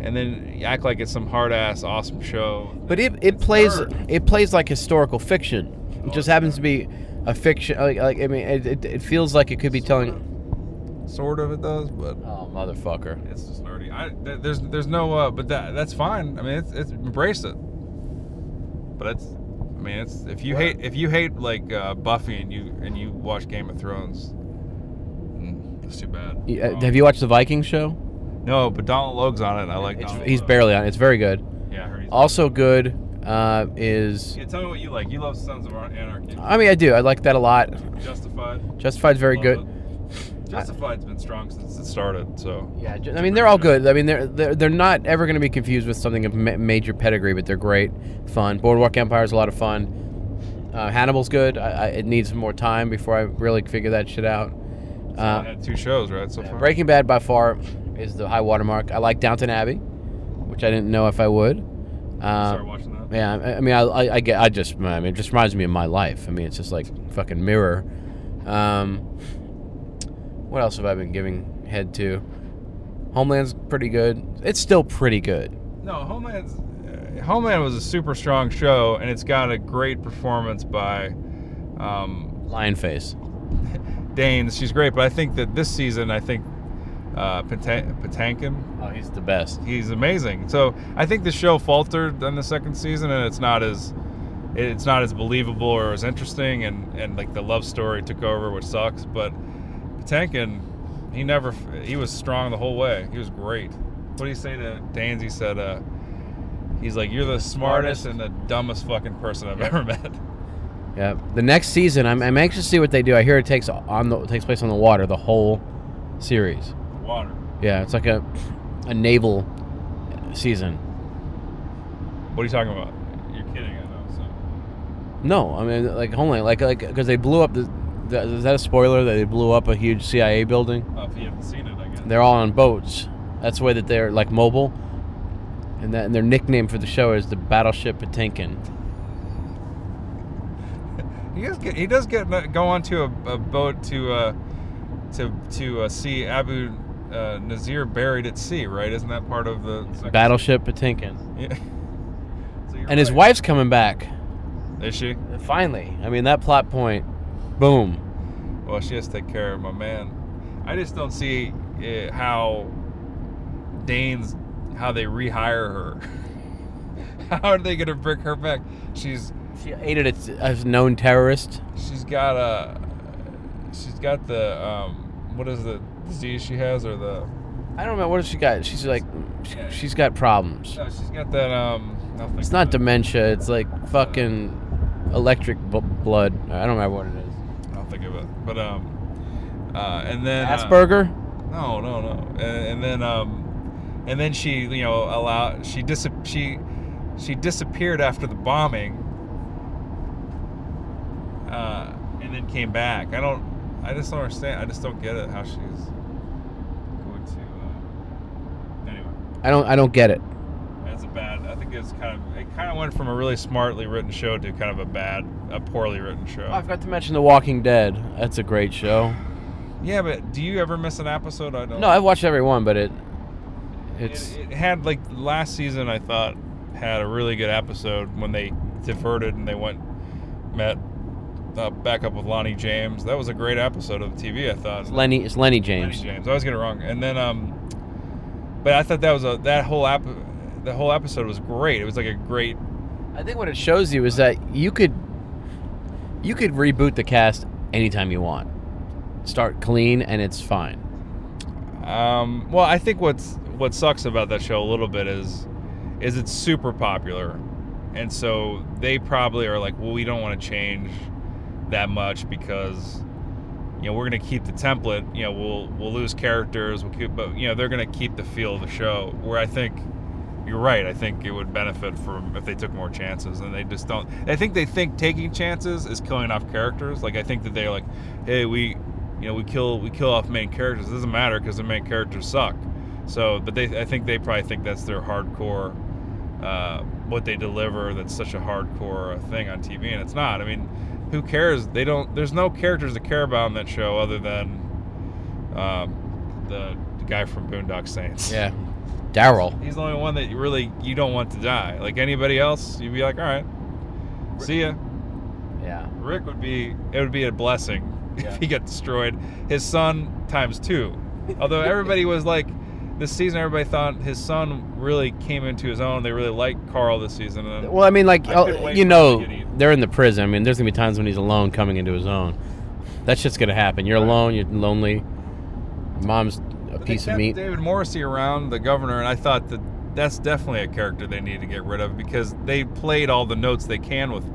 and then act like it's some hard ass awesome show.
But it, it
It's
plays
nerd.
it plays like historical fiction. It just happens to be a fiction. Like, like I mean, it, it, it feels like it could be telling.
Sort of it does, but
Oh motherfucker!
it's just nerdy. I th- there's there's no uh, but that that's fine. I mean it's, it's embrace it. But it's I mean it's if you hate if you hate like uh, Buffy and you and you watch Game of Thrones, mm, that's too bad.
You- uh, Have you watched the Viking show?
No, but Donald Logue's on it. and I like.
It's,
Donald
he's
Logue.
barely on. it. It's very good.
Yeah, I heard he's.
Also good uh, is
yeah, tell me what you like. You love Sons of Ar- Anarchy.
I mean I do I like that a lot.
Justified.
Justified's Uh, very
Love
good.
it. Justified's been strong since it started, so.
Yeah, ju- I mean they're all good. I mean they're they're, they're not ever going to be confused with something of ma- major pedigree, but they're great, fun. Boardwalk Empire is a lot of fun. Uh, Hannibal's good. I, I, it needs more time before I really figure that shit out.
I
Uh,
had two shows, right? So far.
Breaking Bad by far is the high watermark. I like Downton Abbey, which I didn't know if I would.
Started
Um,
watching that.
yeah, I, I mean I, I, I get I just I mean it just reminds me of my life. I mean it's just like fucking mirror. Um, what else have I been giving head to? Homeland's pretty good. It's still pretty good.
No, Homeland's. Uh, Homeland was a super strong show, and it's got a great performance by. Um,
Lionface.
Danes, she's great, but I think that this season, I think uh, Patan- Patankin,
Oh, he's the best.
he's amazing. So I think the show faltered in the second season, and it's not as it's not as believable or as interesting, and and like the love story took over, which sucks. But Patankin, he never he was strong the whole way. He was great. What do you say to Danes? He said, uh, he's like, you're the smartest and the dumbest fucking person I've ever met.
Yeah. The next season, I'm, I'm anxious to see what they do. I hear it takes on the takes place on the water the whole series.
Water.
Yeah, it's like a a naval season.
What are you talking about? You're kidding. I know. So.
No, I mean like Homeland, like like because they blew up the, the. Is that a spoiler that they blew up a huge CIA building?
Uh, if you haven't seen it, I guess.
They're all on boats. That's the way that they're like mobile, and that and their nickname for the show is the Battleship Potemkin.
He does get he does get uh, go onto a, a boat to uh, to to uh, see Abu uh, Nazir buried at sea, right? Isn't that part of the second-
Battleship Potemkin.
Yeah. So you're
And his
right.
wife's coming back.
is she?
Finally, I mean that plot point. Boom.
Well, she has to take care of my man. I just don't see uh, how Danes how they rehire her. how are they gonna bring her back? She's
She aided a, a known terrorist.
She's got a. She's got the um. What is the disease she has or the?
I don't know what has she got. She's like,
Yeah.
she's got problems.
No, she's got that um. I'll think
It's
of
not
it.
dementia. It's like fucking electric b- blood. I don't remember what it is.
I'll think of it. But um. Uh, and then uh,
Asperger.
No, no, no. And, and then um, and then she, you know, allow she dis she she disappeared after the bombing. Uh, and then came back. I don't. I just don't understand. I just don't get it how she's going to. Uh, anyway,
I don't. I don't get it.
that's a bad. I think it's kind of. It kind of went from a really smartly written show to kind of a bad, a poorly written show.
Oh, I forgot to mention The Walking Dead. That's a great show.
yeah, but do you ever miss an episode? I don't.
No, I've watched every one, but it. It's
It, it had like last season. I thought had a really good episode when they diverted and they went met uh, back up with Lonnie James. That was a great episode of TV. I thought
it's Lenny. It's Lenny
Lonnie
James.
James. I always get it wrong. And then, um, but I thought that was a that whole app the whole episode was great. It was like a great
I think what it shows you is that you could, you could reboot the cast anytime you want. Start clean and it's fine.
Um, well, I think what's what sucks about that show a little bit is is it's super popular, and so they probably are like, well, we don't want to change that much because you know we're gonna keep the template. You know, we'll we'll lose characters. We'll keep, but you know they're gonna keep the feel of the show. Where I think you're right. I think it would benefit from if they took more chances, and they just don't. I think they think taking chances is killing off characters. Like I think that they're like, hey, we, you know, we kill we kill off main characters. It doesn't matter because the main characters suck. So, but they, I think they probably think that's their hardcore, uh, what they deliver. That's such a hardcore uh, thing on TV, and it's not. I mean, who cares? They don't. There's no characters to care about in that show other than, um, the, the guy from Boondock Saints.
Yeah, Daryl.
He's the only one that you really you don't want to die. Like anybody else, you'd be like, all right, see ya.
Yeah.
Rick would be it would be a blessing
Yeah.
if he got destroyed. His son times two. Although everybody was like, this season everybody thought his son really came into his own. They really liked Carl this season. And
Well, I mean, like uh,
I couldn't wait
you
for
know,
him to get eaten.
they're in the prison. I mean, there's gonna be times when he's alone, coming into his own. That shit's gonna happen. You're alone. You're lonely. Mom's a
But they
piece of
kept
meat.
David Morrissey around the governor, and I thought that that's definitely a character they need to get rid of because they played all the notes they can with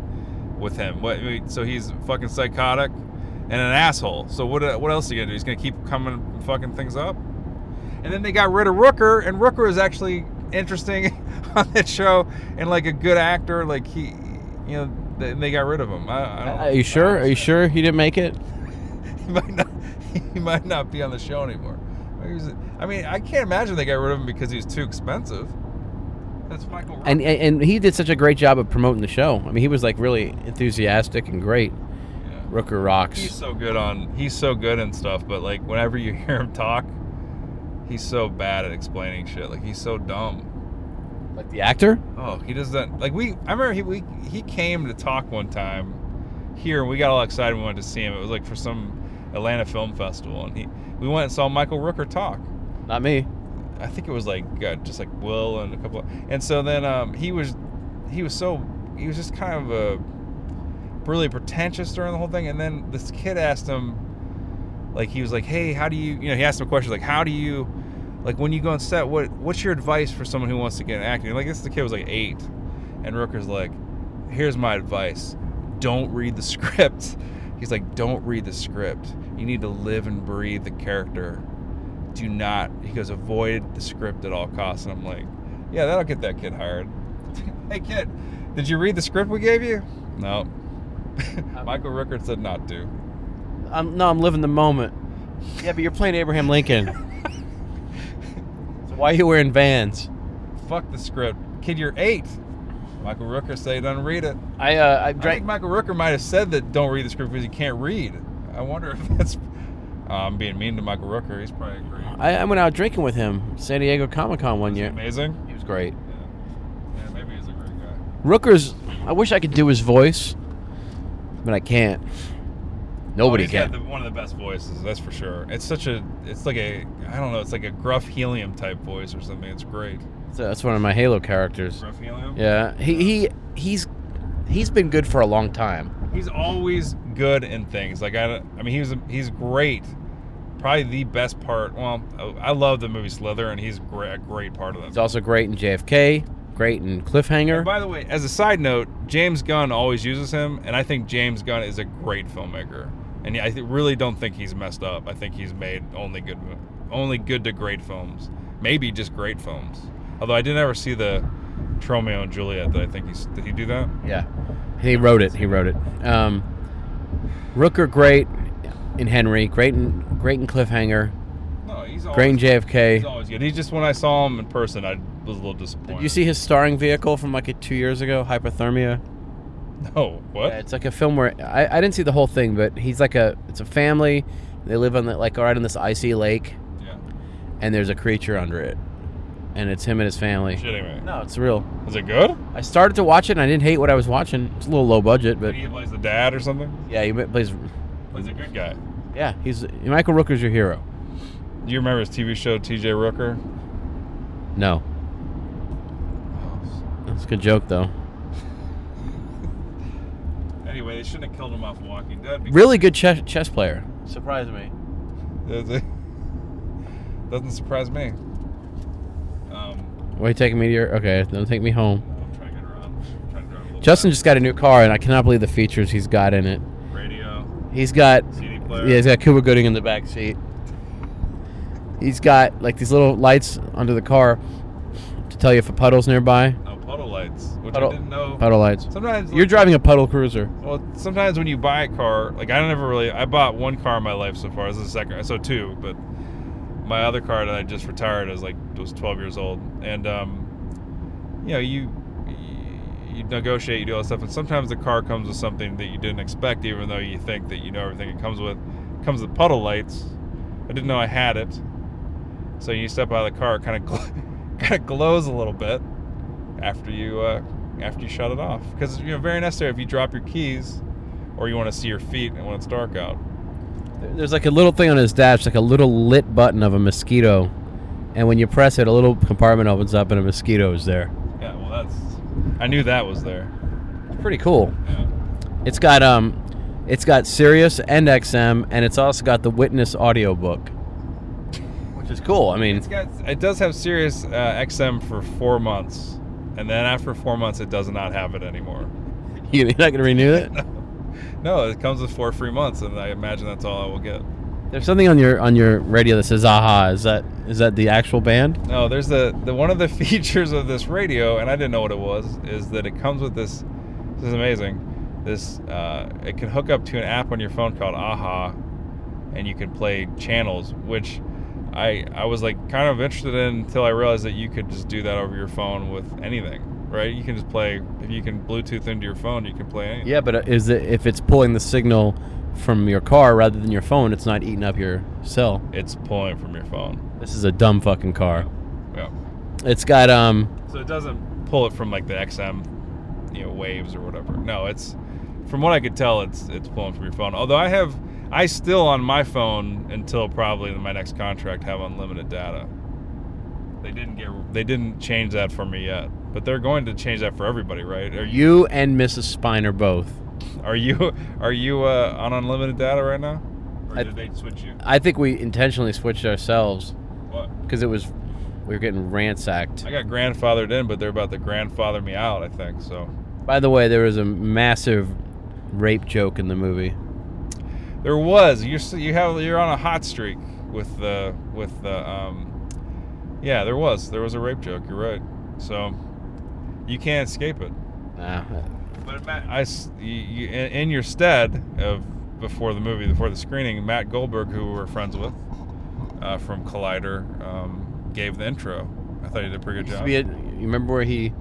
with him. What, I mean, so he's fucking psychotic and an asshole. So what uh, what else are you gonna do? He's gonna keep coming and fucking things up. And then they got rid of Rooker, and Rooker is actually interesting on that show and like a good actor. Like he, you know, they, they got rid of him. I, I don't,
Are you sure? Are you sure he didn't make it?
he might not he might not be on the show anymore. He was- I mean, I can't imagine they got rid of him because he was too expensive. That's Michael. Rock.
And, and and he did such a great job of promoting the show. I mean, he was like really enthusiastic and great.
Yeah.
Rooker rocks.
he's so good on he's so good and stuff, but like whenever you hear him talk, he's so bad at explaining shit. Like he's so dumb.
like the actor.
Oh, he doesn't like we. I remember he we he came to talk one time here. and We got all excited. when We went to see him. It was like for some Atlanta Film Festival, and he we went and saw Michael Rooker talk.
Not me.
I think it was like uh, just like Will and a couple. Of, and so then um, he was he was so he was just kind of a really pretentious during the whole thing. And then this kid asked him, like he was like, "Hey, how do you?" You know, he asked him a question like, "How do you?" Like when you go on set, what what's your advice for someone who wants to get into acting? Like this, the kid was like eight, and Rooker's like, "Here's my advice: don't read the script." He's like, "Don't read the script. You need to live and breathe the character. Do not." He goes, "Avoid the script at all costs." And I'm like, "Yeah, that'll get that kid hired." hey kid, did you read the script we gave you? No. Michael Rooker said not to.
I'm no. I'm living the moment. Yeah, but you're playing Abraham Lincoln. so why are you wearing Vans?
Fuck the script, kid. You're eight. Michael Rooker said, "Don't read it."
I uh, I
I
drank.
think Michael Rooker might have said that don't read the script because you can't read. I wonder if that's. Uh, I'm being mean to Michael Rooker. He's probably great.
I, I went out drinking with him, San Diego Comic Con one year.
Amazing.
He was great.
Yeah. yeah, maybe he's a great guy.
Rooker's. I wish I could do his voice, but I can't. Nobody
He's got
can.
the- one of the best voices, that's for sure. It's such a. It's like a. I don't know. It's like a gruff helium type voice or something. It's great.
So that's one of my Halo characters.
Gruff helium.
Yeah, he he he's he's been good for a long time.
He's always good in things. Like I, I mean, he was he's great. Probably the best part. Well, I I love the movie Slither, and he's great, a great part of that.
He's also great in JFK, great in Cliffhanger.
By the way, as a side note, James Gunn always uses him, and I think James Gunn is a great filmmaker. And I th- really don't think he's messed up. I think he's made only good, only good to great films. Maybe just great films. Although I didn't ever see the Romeo and Juliet. That I think he's did he do that?
Yeah, he wrote it. He wrote it. Um, Rooker great in Henry, great in great in Cliffhanger,
No, he's always,
great in
He's
JFK.
always good. He just when I saw him in person, I was a little disappointed.
You see his starring vehicle from like two years ago, Hypothermia.
No, Oh, what?
Yeah, it's like a film where I, I didn't see the whole thing, but he's like a it's a family. They live on the like right on this icy lake,
yeah.
and there's a creature under it, and it's him and his family.
Shitting me.
No, it's real.
Is it good?
I started to watch it, and I didn't hate what I was watching. It's a little low budget, but
He plays the dad or something.
yeah, he plays.
Plays a good guy.
Yeah, he's Michael Rooker's your hero.
Do you remember his TV show T.J. Rooker?
No,
Oh,
that's a good joke though.
Anyway, they shouldn't have killed him off Walking Dead.
Really good chess chess player. Surprised me.
Does- Doesn't surprise me. Um,
Why are you taking me to your? Okay, don't take me home.
I'm trying to get around. I'm trying to drive a little
Justin just got a new car, and I cannot believe the features he's got in it.
fast. radio,
He's got
CD
yeah,
player.
he's got Cuba Gooding in the back seat. He's got like these little lights under the car to tell you if a puddle's nearby.
Oh, puddle lights, which
Puddle-
I didn't know.
Puddle lights.
Sometimes
You're driving a puddle cruiser.
Well, sometimes when you buy a car, like I never really, I bought one car in my life so far. This is the second, so two, but my other car that I just retired as like was 12 years old, and um, you know, you you negotiate, you do all that stuff, and sometimes the car comes with something that you didn't expect, even though you think that you know everything it comes with. It comes with puddle lights. I didn't know I had it, so you step out of the car, it kind of gl- kind of glows a little bit after you uh, after you shut it off because you know very necessary if you drop your keys or you want to see your feet and when it's dark out
There's like a little thing on his dash, like a little lit button of a mosquito, and when you press it, a little compartment opens up and a mosquito is there.
yeah well that's i knew that was there
It's pretty cool.
yeah.
It's got um, it's got Sirius and XM, and it's also got the Witness audiobook, which is cool. I mean,
it's got it does have Sirius uh, xm for four months and then after four months it does not have it anymore
you're not gonna renew it.
no it comes with four free months and i imagine that's all i will get
There's something on your on your radio that says "Aha." Is that is that the actual band?
No, there's the, the one of the features of this radio, and I didn't know what it was, is that it comes with this. This is amazing. This uh, it can hook up to an app on your phone called Aha, and you can play channels, which I I was like kind of interested in until I realized that you could just do that over your phone with anything, right? You can just play if you can Bluetooth into your phone, you can play anything.
Yeah, but uh, is it if it's pulling the signal from your car rather than your phone, it's not eating up your cell.
It's pulling from your phone.
This is a dumb fucking car.
Yeah.
It's got um,
So it doesn't pull it from like the XM, you know, waves or whatever. No, it's from what I could tell, it's it's pulling from your phone. Although I have, I still on my phone until probably my next contract have unlimited data. They didn't get, they didn't change that for me yet, but they're going to change that for everybody, right? Are you
you and Mrs. Spiner both.
are you are you uh, on unlimited data right now? Or
I-
did they switch you?
I think we intentionally switched ourselves
What?
because it was we were getting ransacked.
I got grandfathered in, but they're about to grandfather me out. I think so.
By the way, there was a massive rape joke in the movie.
There was. You're s- you have you're on a hot streak with the with the um, yeah. There was there was a rape joke. You're right. So you can't escape it.
Nah,
But Matt, I s- you, you, in, in your stead of before the movie before the screening, Matt Goldberg, who we're friends with uh, from Collider, um, gave the intro. I thought he did a pretty good
used to
job.
be a, you remember where he,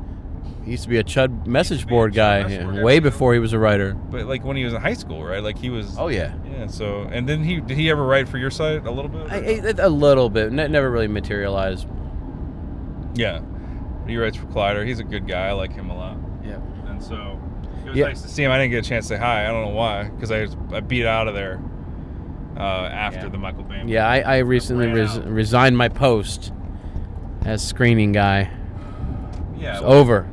he used to be a chud
to
message
be a
board
chud
guy
message
yeah,
board guy.
way before he was a writer.
but like when he was in high school, right? Like he was.
Oh yeah,
Yeah. So and then he did he ever write for your site a little bit? or
I,
no?
I, a little bit. It never really materialized.
yeah. He writes for Collider. He's a good guy. I like him a lot.
Yeah.
and so it was
Yeah.
nice to see him. I didn't get a chance to say hi. I don't know why, because I, was- I beat out of there uh, after
Yeah.
the Michael Bay. movie.
Yeah, I, I recently
ran
res-
out.
resigned my post as screening guy.
yeah,
It's
well,
over.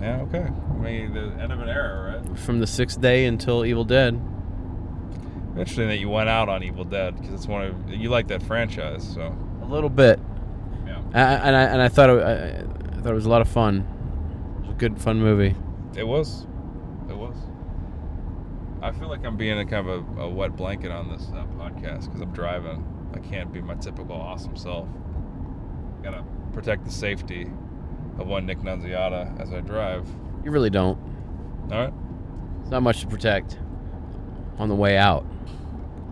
yeah, okay. mean, the end of an era, right?
From the sixth day until Evil Dead.
Interesting that you went out on Evil Dead because it's one of you like that franchise. So
A little bit.
yeah,
I, I- and I and I thought it, I, I thought it was a lot of fun. It was a good fun movie.
it was, it was. I feel like I'm being a kind of a, a wet blanket on this uh, podcast because I'm driving. I can't be my typical awesome self. Gotta protect the safety of one Nick Nunziata as I drive.
You really don't.
All right,
It's not much to protect on the way out.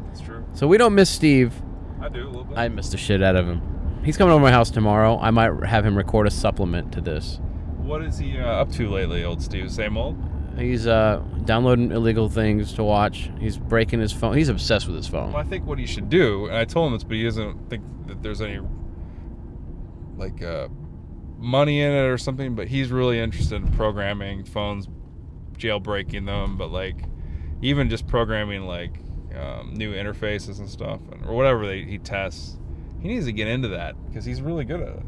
that's true.
So we don't miss Steve.
I do a little bit.
I miss the shit out of him. He's coming over to my house tomorrow. I might have him record a supplement to this.
What is he uh, up to lately, old Steve? Same old.
He's uh, downloading illegal things to watch. He's breaking his phone. He's obsessed with his
Well, I
phone.
think what he should do, and I told him this, but he doesn't think that there's any like uh, money in it or something. But he's really interested in programming phones, jailbreaking them, but like even just programming like um, new interfaces and stuff, and, or whatever they, he tests. He needs to get into that because he's really good at it.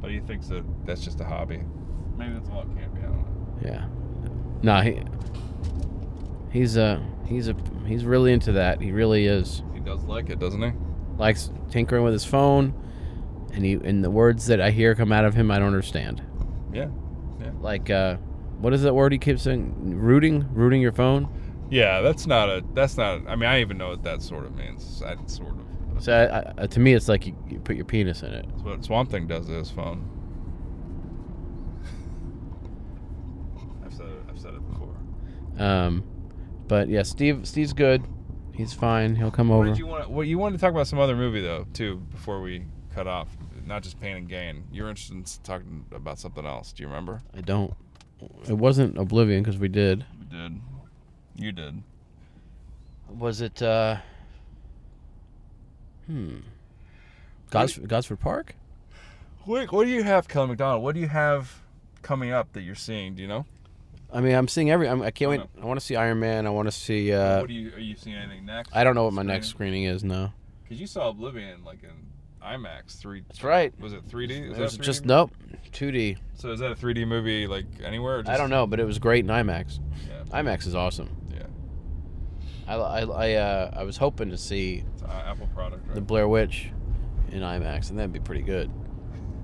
But he thinks that that's just a hobby. Maybe that's all it can be. I don't know.
Yeah. Nah, he, he's uh, he's a he's really into that. He really is.
He does like it, doesn't he?
Likes tinkering with his phone, and he and the words that I hear come out of him I don't understand.
Yeah.
Like uh, what is that word he keeps saying? Rooting, rooting your phone.
Yeah, that's not a. That's not. I mean, I even know what that sort of means. That sort of.
So I, I, to me, it's like you, you put your penis in it.
That's what Swamp Thing does to his phone. I've said it, I've said it before.
Um, but yeah, Steve Steve's good. He's fine. He'll come
What
over.
did you want? What you wanted to talk about some other movie though too before we cut off? Not just Pain and Gain. You're interested in s- talking about something else. Do you remember?
I don't. It wasn't Oblivion because we did.
We did. You did.
Was it? uh Hmm. Gods- Gosford Park.
What, what do you have, Kelly McDonald? What do you have coming up that you're seeing? Do you know?
I mean, I'm seeing every. I'm, I can't wait.
Coming
I want to see Iron Man. I want to see. uh
what do you? Are you seeing anything next?
I don't know what my next screening is. No.
Because you saw Oblivion like in IMAX three.
That's right.
Was it 3D? Is
It
that
was
3D?
just nope. 2D.
So is that a 3D movie like anywhere? Or just,
I don't know, but it was great in IMAX.
Yeah.
IMAX is awesome.
Yeah.
I I I, uh, I was hoping to see
It's an Apple product, right?
the Blair Witch in IMAX, and that'd be pretty good.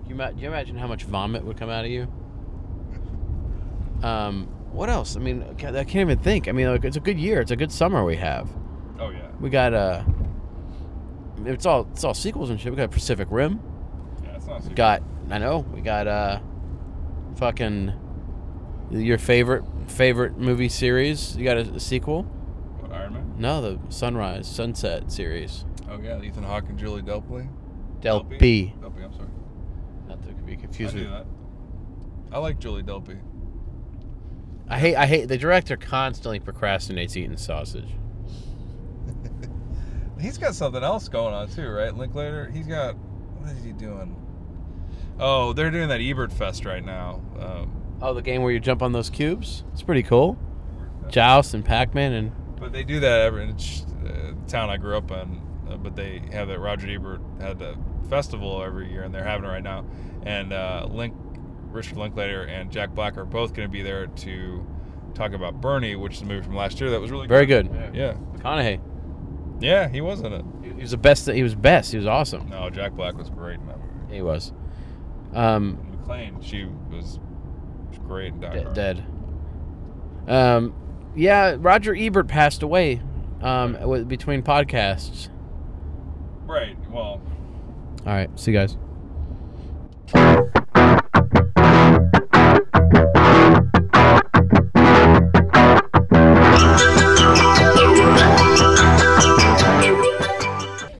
You ma- do you imagine how much vomit would come out of you? Um, what else? I mean, I can't I can't even think. I mean, like, it's a good year. It's a good summer we have.
oh yeah.
We got uh, it's all it's all sequels and shit. We got Pacific Rim.
Yeah, it's not. a
We
sequel.
got I know we got uh, fucking your favorite favorite movie series. You got a, a sequel?
What, Iron Man.
No, the Sunrise Sunset series.
Oh yeah, Ethan Hawke and Julie Delpy.
Del P.
Delpy, I'm sorry.
Not to be
I
confused
knew
with
that. I like Julie Delpy.
I hate. I hate. The director constantly procrastinates eating sausage.
He's got something else going on too, right? Linklater. He's got. What is he doing? Oh, they're doing that Ebert Fest right now. Um,
Oh, the game where you jump on those cubes. It's pretty cool. Joust and Pac-Man and
But they do that every it's, uh, the town I grew up in. Uh, but they have that Roger Ebert had the festival every year, and they're having it right now. And uh, Link, Richard Linklater, and Jack Black are both going to be there to talk about Bernie, which is a movie from last year that was really
very good.
Yeah,
McConaughey.
yeah, he was in it.
He was the best. He was best. He was awesome.
No, Jack Black was great in that movie.
He was. Um,
And McClane, she was was great in Die
de-
Hard.
dead. Um, yeah. Roger Ebert passed away. Um, w- between podcasts.
Right. Well,
All right. See you guys.